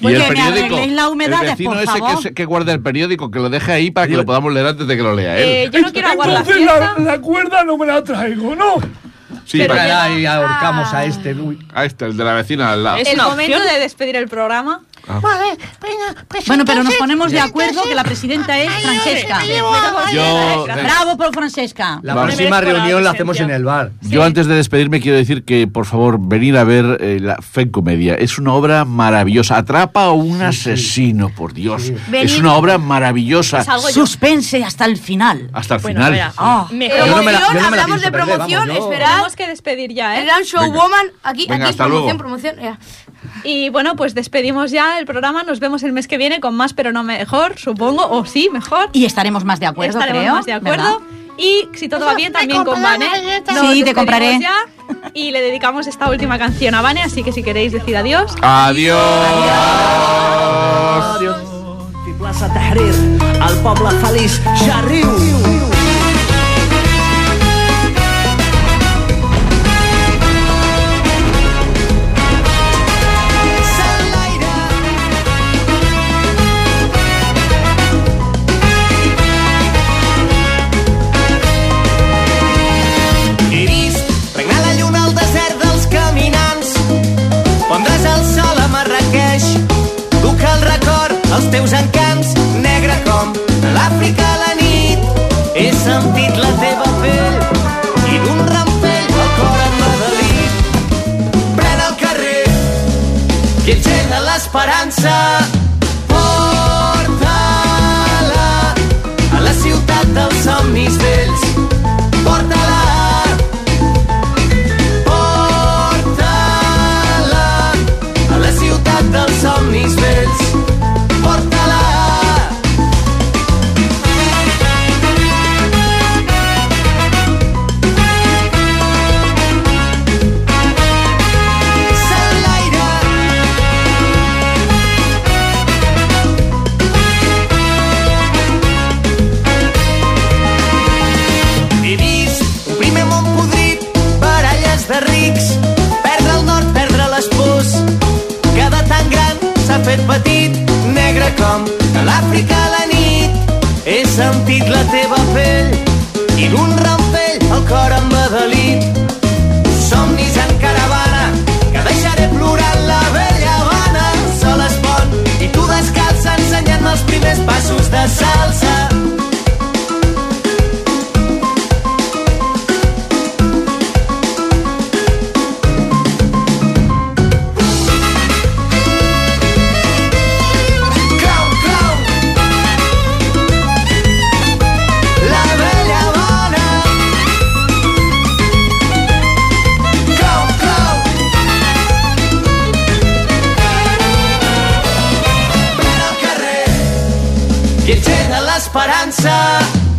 S2: Y
S9: Oye,
S2: el
S9: me
S2: periódico,
S9: arregléis las
S2: el
S9: humedades,
S2: vecino
S9: por
S2: ese que
S9: favor.
S2: se- Que, guarda el periódico, que lo deje ahí para que lo podamos leer antes de que lo lea él.
S1: Eh, yo no quiero aguar la
S15: Entonces la,
S1: fiesta.
S15: la cuerda no me la traigo, ¿no?
S2: sí,
S1: pero
S2: para-
S1: ya-
S10: Y ahorcamos
S3: Ah.
S10: a este. uy.
S2: Ahí está, el de la vecina al lado.
S1: El momento de despedir el programa.
S2: Ah.
S13: Vale, venga, pues
S3: Bueno, pero nos
S13: entonces-
S3: ponemos de acuerdo que la presidenta es Francesca.
S13: me llevo a-
S2: Yo- eh,
S3: Bravo por Francesca.
S10: La
S2: Vamos.
S10: próxima reunión la hacemos en el bar.
S2: Yo antes de despedirme quiero decir que por favor venid a ver eh, la Fe Comedia. Es una obra maravillosa. Atrapa a un asesino, por Dios. Es
S3: Venid.
S2: una obra maravillosa.
S10: Pues
S3: Suspense hasta el final.
S2: Hasta el
S3: Bueno,
S2: final.
S3: vaya. Ah.
S2: Yo no me la- yo no me la
S5: hablamos
S2: pienso
S5: de
S2: perder,
S5: promoción,
S2: vamos, yo-
S5: esperad.
S1: Oh. Tenemos que despedir ya, ¿eh?
S5: El gran showwoman, aquí,
S2: Venga,
S5: aquí es
S2: hasta
S5: promoción,
S2: luego.
S5: promoción. ya.
S1: Y bueno, pues despedimos ya el programa. Nos vemos el mes que viene con más, pero no mejor, supongo. O sí, mejor.
S3: Y estaremos más de acuerdo,
S1: Estaremos
S3: creo,
S1: más de acuerdo. Y si todo va bien,
S13: me
S1: también con
S13: comprarás
S1: Vane.
S13: galletas.
S1: Nos
S3: Sí, te
S1: despedimos
S3: compraré.
S1: ya y le dedicamos esta última canción a Vane, así que si queréis decir adiós.
S2: Adiós.
S16: plaça Tahrir, el poble feliç ja riu.
S17: He vist regnar la lluna al desert dels caminants Pondràs el sol a Marrakeix Duc el record els teus encants Negre com l'Àfrica a la nit He sentit la teva pell I d'un rampell el cor em va delit Pren el carrer i engega l'esperança Porta-la a la ciutat dels somnis vells Porta-la Porta-la a la ciutat dels somnis vells. Porta-la. S'enlaira. He vist un primer món podrit, baralles de rics, perdre el nord, perdre les pors. Cada tan gran s'ha fet petit, negre com l'Àfrica a la nit. He sentit la teva pell i d'un rampell el cor embadalit. Somnis en caravana que deixaré plorant la vella Habana. El sol es pon i tu descalça ensenyant els primers passos de salsa. Clau, clau, la vella Habana. Clau, clau. Plena el carrer, viatger de l'esperança.